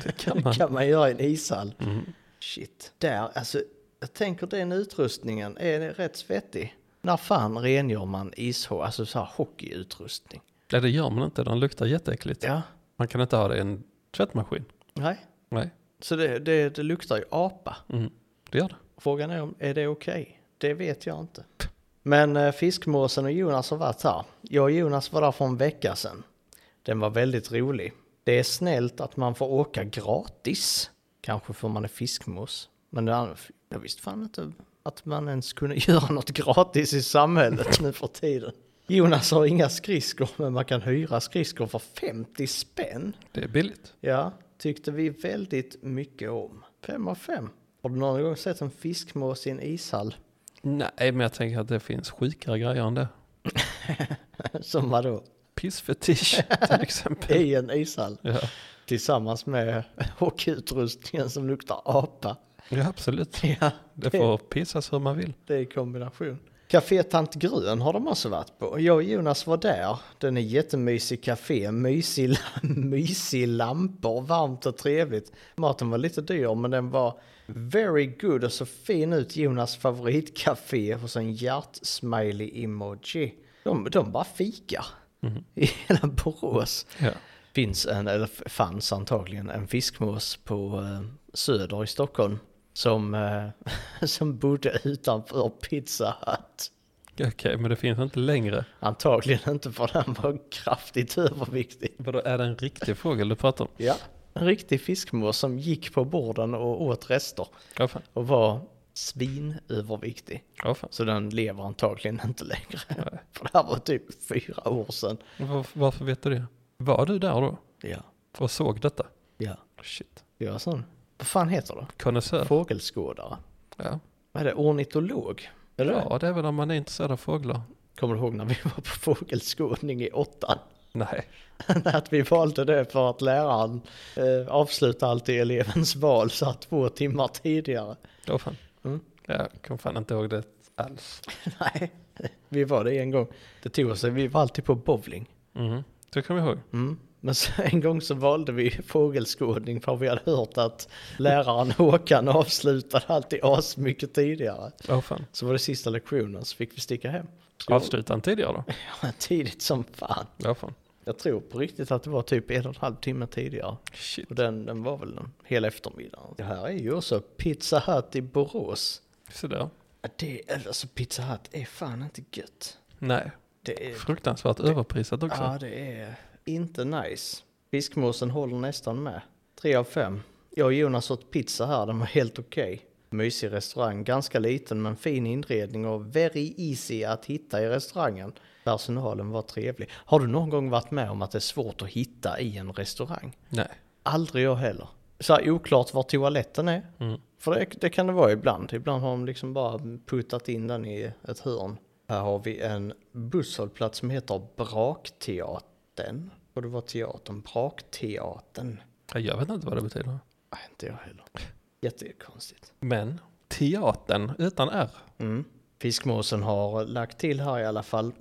Speaker 1: det kan man.
Speaker 2: (laughs) kan man göra i en ishall.
Speaker 1: Mm.
Speaker 2: Shit. Där, alltså jag tänker den utrustningen är rätt svettig. När fan rengör man ishå, alltså så här hockeyutrustning?
Speaker 1: Nej, det gör man inte. Den luktar jätteäckligt.
Speaker 2: Ja,
Speaker 1: Man kan inte ha det i en tvättmaskin.
Speaker 2: nej.
Speaker 1: Nej,
Speaker 2: Så det, det, det luktar ju apa.
Speaker 1: mm. det gör det.
Speaker 2: Frågan är om, är det okej? Det vet jag inte. Men eh, fiskmåsen och Jonas har varit här. Jag och Jonas var där för en vecka sedan. Den var väldigt rolig. Det är snällt att man får åka gratis. Kanske för man är fiskmås. Men det är, jag visste fan inte att man ens kunde (laughs) göra något gratis i samhället nu för tiden. Jonas har inga skridskor, men man kan hyra skridskor för 50 spänn.
Speaker 1: Det är billigt.
Speaker 2: Ja, tyckte vi väldigt mycket om. Fem av fem. Har du någon gång sett en fiskmås i en ishall? (laughs)
Speaker 1: Nej, men jag tänker att det finns sjukare grejer än det.
Speaker 2: Som vadå?
Speaker 1: (laughs) Pissfetisch till exempel.
Speaker 2: I en ishall.
Speaker 1: Ja.
Speaker 2: Tillsammans med (laughs) hockeyutrustningen som luktar apa.
Speaker 1: ja, absolut.
Speaker 2: Ja,
Speaker 1: Det får pissas hur man vill.
Speaker 2: det är kombination. Café Tant Grön har de också varit på. Jag och Jonas var där. Den är jättemysig café, mysig, la- (laughs) mysig lampor, varmt och trevligt. Maten var lite dyr men den var very good och så fin ut. Jonas favoritcafé och så en hjärtsmiley-emoji. De, de bara fikar (laughs) i hela Borås
Speaker 1: Ja.
Speaker 2: finns en, eller f- fanns antagligen, en fiskmås på eh, Söder i Stockholm. Som, eh, (laughs) som bodde utanför Pizza Hut.
Speaker 1: Okej, men det finns inte längre.
Speaker 2: Antagligen inte för den var kraftigt överviktig.
Speaker 1: Vadå, är det en riktig fågel du pratar om?
Speaker 2: Ja. En riktig fiskmås som gick på borden och åt rester.
Speaker 1: Ja, fan.
Speaker 2: Och var svinöverviktig.
Speaker 1: Ja, fan.
Speaker 2: Så den lever antagligen inte längre.
Speaker 1: Nej.
Speaker 2: (laughs) För det här var typ fyra år sedan.
Speaker 1: Varför, varför vet du det? Var du där då
Speaker 2: Ja.
Speaker 1: och såg detta?
Speaker 2: Ja.
Speaker 1: Shit.
Speaker 2: Jag är sån. Vad fan heter det?
Speaker 1: Konnässör.
Speaker 2: Fågelskådare.
Speaker 1: Ja.
Speaker 2: Vad är det? Ornitolog? Eller?
Speaker 1: ja, det är väl om man är intresserad av fåglar.
Speaker 2: Kommer du ihåg när vi var på fågelskådning i åttan? (laughs)
Speaker 1: Nej.
Speaker 2: Att vi valde det för att läraren eh, avslutar alltid elevens val så här två timmar tidigare. (laughs)
Speaker 1: Ja, fan.
Speaker 2: Mm.
Speaker 1: Jag kom fan inte ihåg det alls.
Speaker 2: Nej, vi var det en gång. Det tog sig, vi var alltid på bowling.
Speaker 1: Mhm. Det kommer jag ihåg.
Speaker 2: Mm. Men så (laughs) en gång så valde vi fågelskådning för vi hade hört att läraren (laughs) Håkan avslutade alltid asmycket tidigare.
Speaker 1: Ja, fan.
Speaker 2: Så var det sista lektionen så fick vi sticka hem.
Speaker 1: Avslutade han tidigare då?
Speaker 2: (laughs) Ja, tidigt som fan.
Speaker 1: Ja, fan.
Speaker 2: Jag tror på riktigt att det var typ en och en halv timme tidigare.
Speaker 1: Shit.
Speaker 2: Och den, den var väl en hel eftermiddag. Det här är ju också Pizza Hut i Borås.
Speaker 1: Så där.
Speaker 2: Ja, Det, är- alltså Pizza Hut är fan inte gött.
Speaker 1: Nej. Eh.
Speaker 2: Det är,
Speaker 1: Fruktansvärt överprisat också.
Speaker 2: ja det är inte nice. Fiskmåsen håller nästan med. Tre av fem. Jag och Jonas åt pizza här, den var helt okej. Mysig restaurang, ganska liten men fin inredning och very easy att hitta i restaurangen. Personalen var trevlig. Har du någon gång varit med om att det är svårt att hitta i en restaurang?
Speaker 1: Nej.
Speaker 2: Aldrig jag heller. Så här, oklart var toaletten är.
Speaker 1: Mm.
Speaker 2: För det, det kan det vara ibland. Ibland har de liksom bara puttat in den i ett hörn. Här har vi en busshållplats som heter Brakteatern. Och det var teatern, Brakteatern.
Speaker 1: Ja, Jag vet inte vad det betyder.
Speaker 2: Nej, inte jag heller. Jättekonstigt.
Speaker 1: Men teatern utan R.
Speaker 2: Mm. Fiskmåsen har lagt till här i alla fall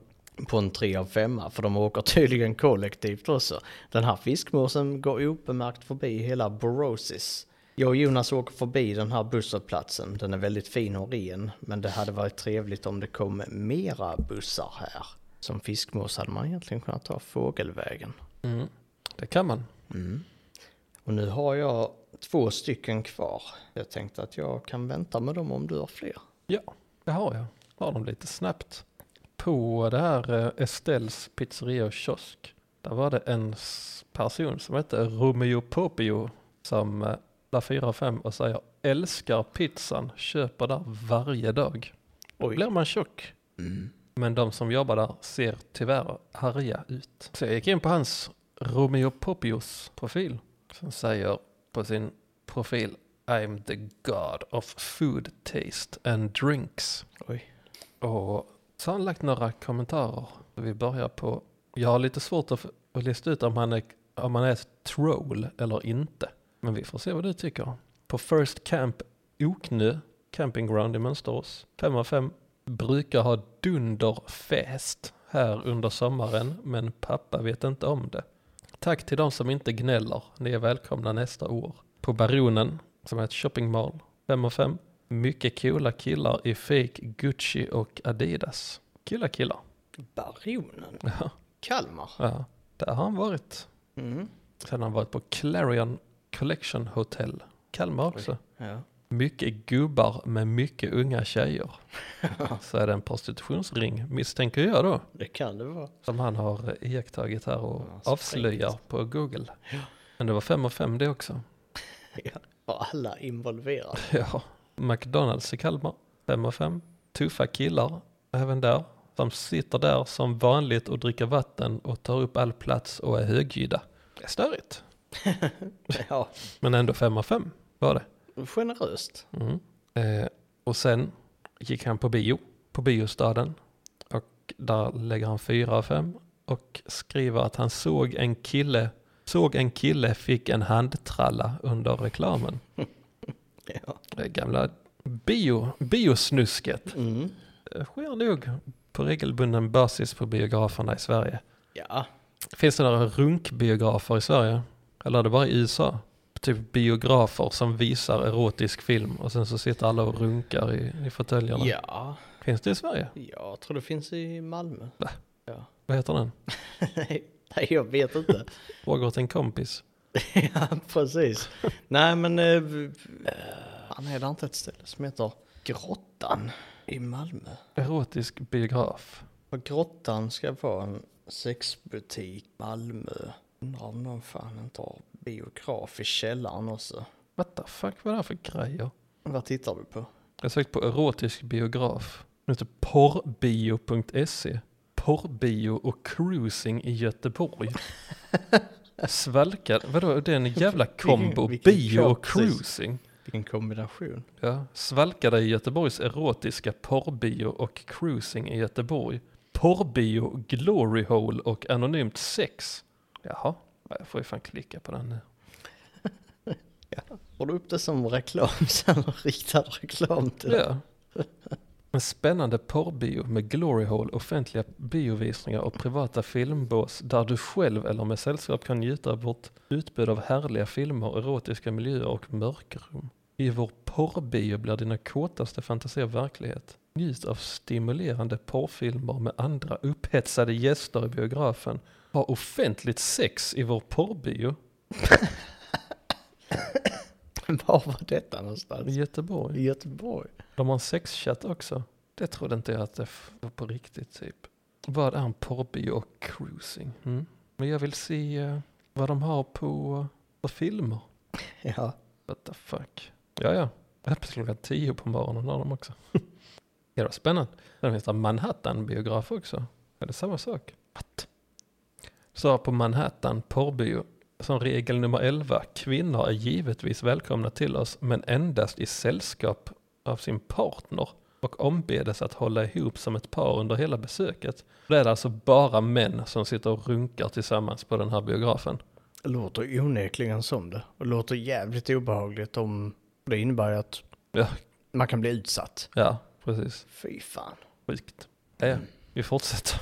Speaker 2: på en 3 av 5 för de åker tydligen kollektivt också. Den här fiskmåsen går obemärkt förbi hela Borosis. Jag och Jonas åker förbi den här busshållplatsen. Den är väldigt fin och ren, men det hade varit trevligt om det kom mera bussar här. Som fiskmås hade man egentligen kunnat ta fågelvägen. Mm.
Speaker 1: Mm. Det kan man.
Speaker 2: Och nu har jag två stycken kvar. Jag tänkte att jag kan vänta med dem om du har fler.
Speaker 1: Ja, det har jag. Har de lite snabbt. På det här eh, Estelles pizzeria och kiosk. Där var det en s- person som hette Romeo Popio. Som eh, där fyra fem och säger älskar pizzan, köper där varje dag. Då
Speaker 2: Oj.
Speaker 1: blir man tjock. Men de som jobbar där ser tyvärr arga ut. Så jag gick in på hans Romeo Popios profil. Som säger på sin profil I'm the god of food taste and drinks.
Speaker 2: Oj.
Speaker 1: och sannolikt några kommentarer. Vi börjar på, jag har lite svårt att, att lista ut om han, är, om han är ett troll eller inte. Men vi får se vad du tycker. På First Camp Oknö Campingground i Mönsterås. 5 av 5. Brukar ha dunderfest här under sommaren, men pappa vet inte om det. Tack till de som inte gnäller. Ni är välkomna nästa år. På Baronen, som är ett shoppingmall. 5 av 5. Mycket coola killar i fake Gucci och Adidas. Coola killar.
Speaker 2: Baronen?
Speaker 1: Ja,
Speaker 2: Kalmar?
Speaker 1: ja. Där har han varit.
Speaker 2: Mm.
Speaker 1: Sen har han varit på Clarion Collection Hotel. Kalmar också.
Speaker 2: Ja.
Speaker 1: Mycket gubbar med mycket unga
Speaker 2: (laughs)
Speaker 1: tjejer. Så är det en prostitutionsring, misstänker jag då.
Speaker 2: Det kan det vara.
Speaker 1: Som han har iakttagit här och
Speaker 2: Ja, så
Speaker 1: avslöjar på Google. Men det var fem av fem det också.
Speaker 2: Ja. Var alla involverade?
Speaker 1: (laughs) Ja. McDonalds i Kalmar, fem av fem. Tuffa killar, även där. De sitter där som vanligt och dricker vatten och tar upp all plats och är högljudda. Det är störigt.
Speaker 2: (laughs) Ja,
Speaker 1: Men ändå fem av fem var det.
Speaker 2: generöst.
Speaker 1: Mm. Eh, och sen gick han på bio, på biostaden. Och där lägger han fyra av fem och skriver att han såg en kille, såg en kille fick en handtralla under reklamen.
Speaker 2: Ja.
Speaker 1: Det gamla bio, biosnusket
Speaker 2: Mm.
Speaker 1: Det Eh, sker nog på regelbunden basis på biograferna i Sverige.
Speaker 2: Ja,
Speaker 1: Finns det några runkbiografer i Sverige? Eller är det bara i USA? Typ biografer som visar erotisk film och sen så sitter alla och runkar i, i fåtöljerna.
Speaker 2: ja.
Speaker 1: Finns det i Sverige?
Speaker 2: Jag tror det finns i Malmö. (laughs)
Speaker 1: Va?
Speaker 2: Ja.
Speaker 1: Vad heter den?
Speaker 2: Nej, jag vet inte. (laughs)
Speaker 1: Fråga åt en kompis.
Speaker 2: ja, precis. Nej, men... eh, v- eh, Han är det inte ett ställe som heter Grottan i Malmö?
Speaker 1: Erotisk biograf.
Speaker 2: Och Grottan ska vara en sexbutik i Malmö. Undrar om någon fan inte har biograf i källaren också.
Speaker 1: What the fuck, vad är det här för grejer?
Speaker 2: Vad tittar du på?
Speaker 1: Jag sökte på erotisk biograf. Nu heter porrbio.se. Porrbio och cruising i Göteborg. Svalkad, vadå det är en jävla kombo,
Speaker 2: vilken
Speaker 1: bio och
Speaker 2: konstig-
Speaker 1: cruising.
Speaker 2: Vilken kombination.
Speaker 1: Ja, svalkade i Göteborgs erotiska porrbio och cruising i Göteborg. Porrbio, glory hole och anonymt sex. Jaha, jag får ju fan klicka på den nu.
Speaker 2: Får du upp det som reklam (laughs) sen? Riktad reklam till det?
Speaker 1: Ja. (laughs) En spännande porrbio med glory hole, offentliga biovisningar och privata filmbås där du själv eller med sällskap kan njuta av vårt utbud av härliga filmer, erotiska miljöer och mörkrum. I vår porrbio blir dina kåtaste fantasier verklighet. Njut av stimulerande porrfilmer med andra upphetsade gäster i biografen. Ha offentligt sex i vår porrbio
Speaker 2: Var var detta
Speaker 1: i
Speaker 2: någonstans?
Speaker 1: Göteborg.
Speaker 2: I Göteborg?
Speaker 1: De har en sexchatt också. Det trodde inte jag att det f- var på riktigt typ. Vad är en porrbio och cruising? Mm. Men jag vill se eh, vad de har på, på filmer.
Speaker 2: Ja.
Speaker 1: What the fuck. Ja, ja. Öppet klockan tio på morgonen har de också. (laughs) det var spännande. Sen finns det en Manhattan-biograf också. Är det samma sak? What? Så på Manhattan porrbio, som regel nummer 11, kvinnor är givetvis välkomna till oss, men endast i sällskap av sin partner och ombedes att hålla ihop som ett par under hela besöket. Det är alltså bara män som sitter och runkar tillsammans på den här biografen.
Speaker 2: Låter onekligen som det. Och låter jävligt obehagligt om det innebär att
Speaker 1: Ja,
Speaker 2: man kan bli utsatt.
Speaker 1: ja precis.
Speaker 2: Fy fan. Mm.
Speaker 1: Sjukt. Ja, ja. vi fortsätter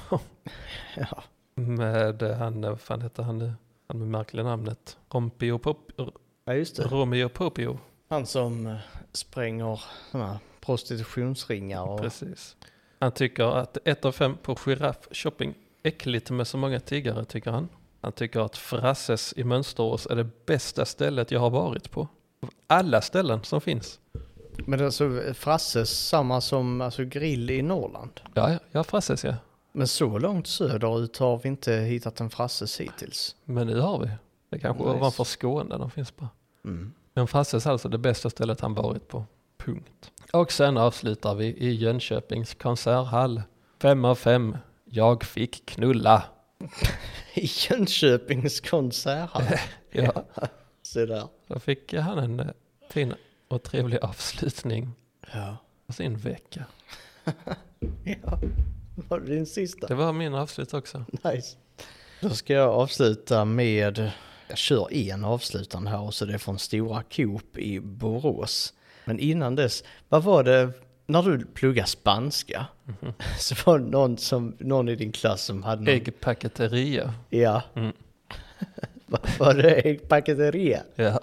Speaker 2: Ja.
Speaker 1: med eh, han, eh, vad fan heter han nu? Han med märkliga namnet. Rompio Pop, R-
Speaker 2: ja, just det.
Speaker 1: Romeo Popio.
Speaker 2: Han som eh, spränger såna här prostitutionsringar och...
Speaker 1: Precis. Han tycker att ett av fem på Giraff Shopping, äckligt med så många tiggare tycker han. Han tycker att Frasses i Mönsterås är det bästa stället jag har varit på. Av alla ställen som finns.
Speaker 2: Men alltså Frasses, samma som alltså, grill i Norrland.
Speaker 1: Ja, ja, ja Frasses ja.
Speaker 2: Men så långt söderut har vi inte hittat en Frasses hittills.
Speaker 1: Men nu har vi. Det är kanske
Speaker 2: Nice.
Speaker 1: ovanför Skåne de finns på.
Speaker 2: Mm.
Speaker 1: Men Frasses är alltså det bästa stället han varit på. Punkt. Och sen avslutar vi i Jönköpings konserthall. Fem av fem. Jag fick knulla.
Speaker 2: (laughs) I Jönköpings (laughs) konserthall.
Speaker 1: Ja,
Speaker 2: Se där.
Speaker 1: då fick han en eh, fin och trevlig avslutning
Speaker 2: Ja.
Speaker 1: på sin vecka.
Speaker 2: (laughs) Ja, var det din sista?
Speaker 1: Det var min avslut också.
Speaker 2: Nice. Då ska jag avsluta med, jag kör en avslutande här också, det är från Stora Coop i Borås. Men innan dess, vad var det, när du pluggade spanska, (laughs) så var det någon, som, någon i din klass som hade någon,
Speaker 1: Äggpaketeria.
Speaker 2: ja.
Speaker 1: Mm.
Speaker 2: (laughs) vad var det, äggpaketeria?
Speaker 1: Ja.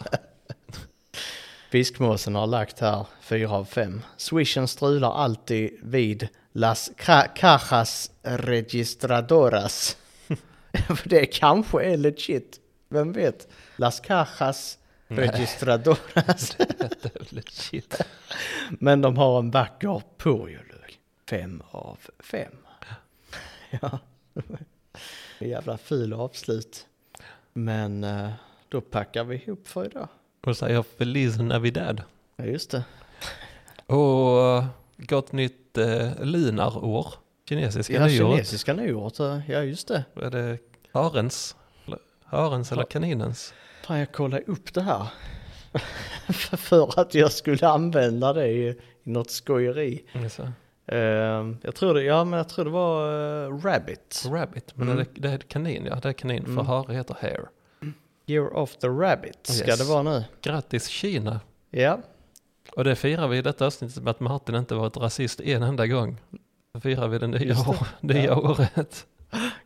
Speaker 2: Fiskmåsen har lagt här fyra av fem. Swishen strular alltid vid Las ca- Cajas Registradoras. (laughs) För det kanske är legit, vem vet? Las Cajas Registradoras.
Speaker 1: Det är legit.
Speaker 2: Men de har en vacker purjolök. Fem av fem. Ja. Jävla fil avslut. Men eh, då packar vi ihop för idag.
Speaker 1: Och säger Feliz Navidad.
Speaker 2: Ja, just det.
Speaker 1: Och eh, gott nytt eh, lunarår. Kinesiska
Speaker 2: Ja,
Speaker 1: nyåret.
Speaker 2: kinesiska nyåret. eh, Ja, just det.
Speaker 1: Är det harens? Eller- Harens eller kaninens?
Speaker 2: Fan, jag kollade upp det här. (laughs) För- För att jag skulle använda det i i något skojeri.
Speaker 1: Alltså,
Speaker 2: Ehm, jag, tror det, ja, men jag tror det var eh, Rabbit.
Speaker 1: rabbit. Men
Speaker 2: Mm.
Speaker 1: är det, det är kanin, ja. Det är kanin. För
Speaker 2: Mm.
Speaker 1: hare heter hare.
Speaker 2: Year of the Rabbit ska
Speaker 1: Yes.
Speaker 2: det vara nu.
Speaker 1: Grattis Kina.
Speaker 2: Ja,
Speaker 1: Och det firar vi i detta avsnittet med att Martin inte varit rasist en enda gång. Då firar vi det nya,
Speaker 2: Just det.
Speaker 1: år, nya
Speaker 2: Ja.
Speaker 1: året.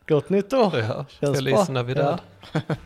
Speaker 2: gott nytt år.
Speaker 1: (laughs) Ja,
Speaker 2: Känns
Speaker 1: Feliz
Speaker 2: bra.
Speaker 1: Navidad.
Speaker 2: Ja.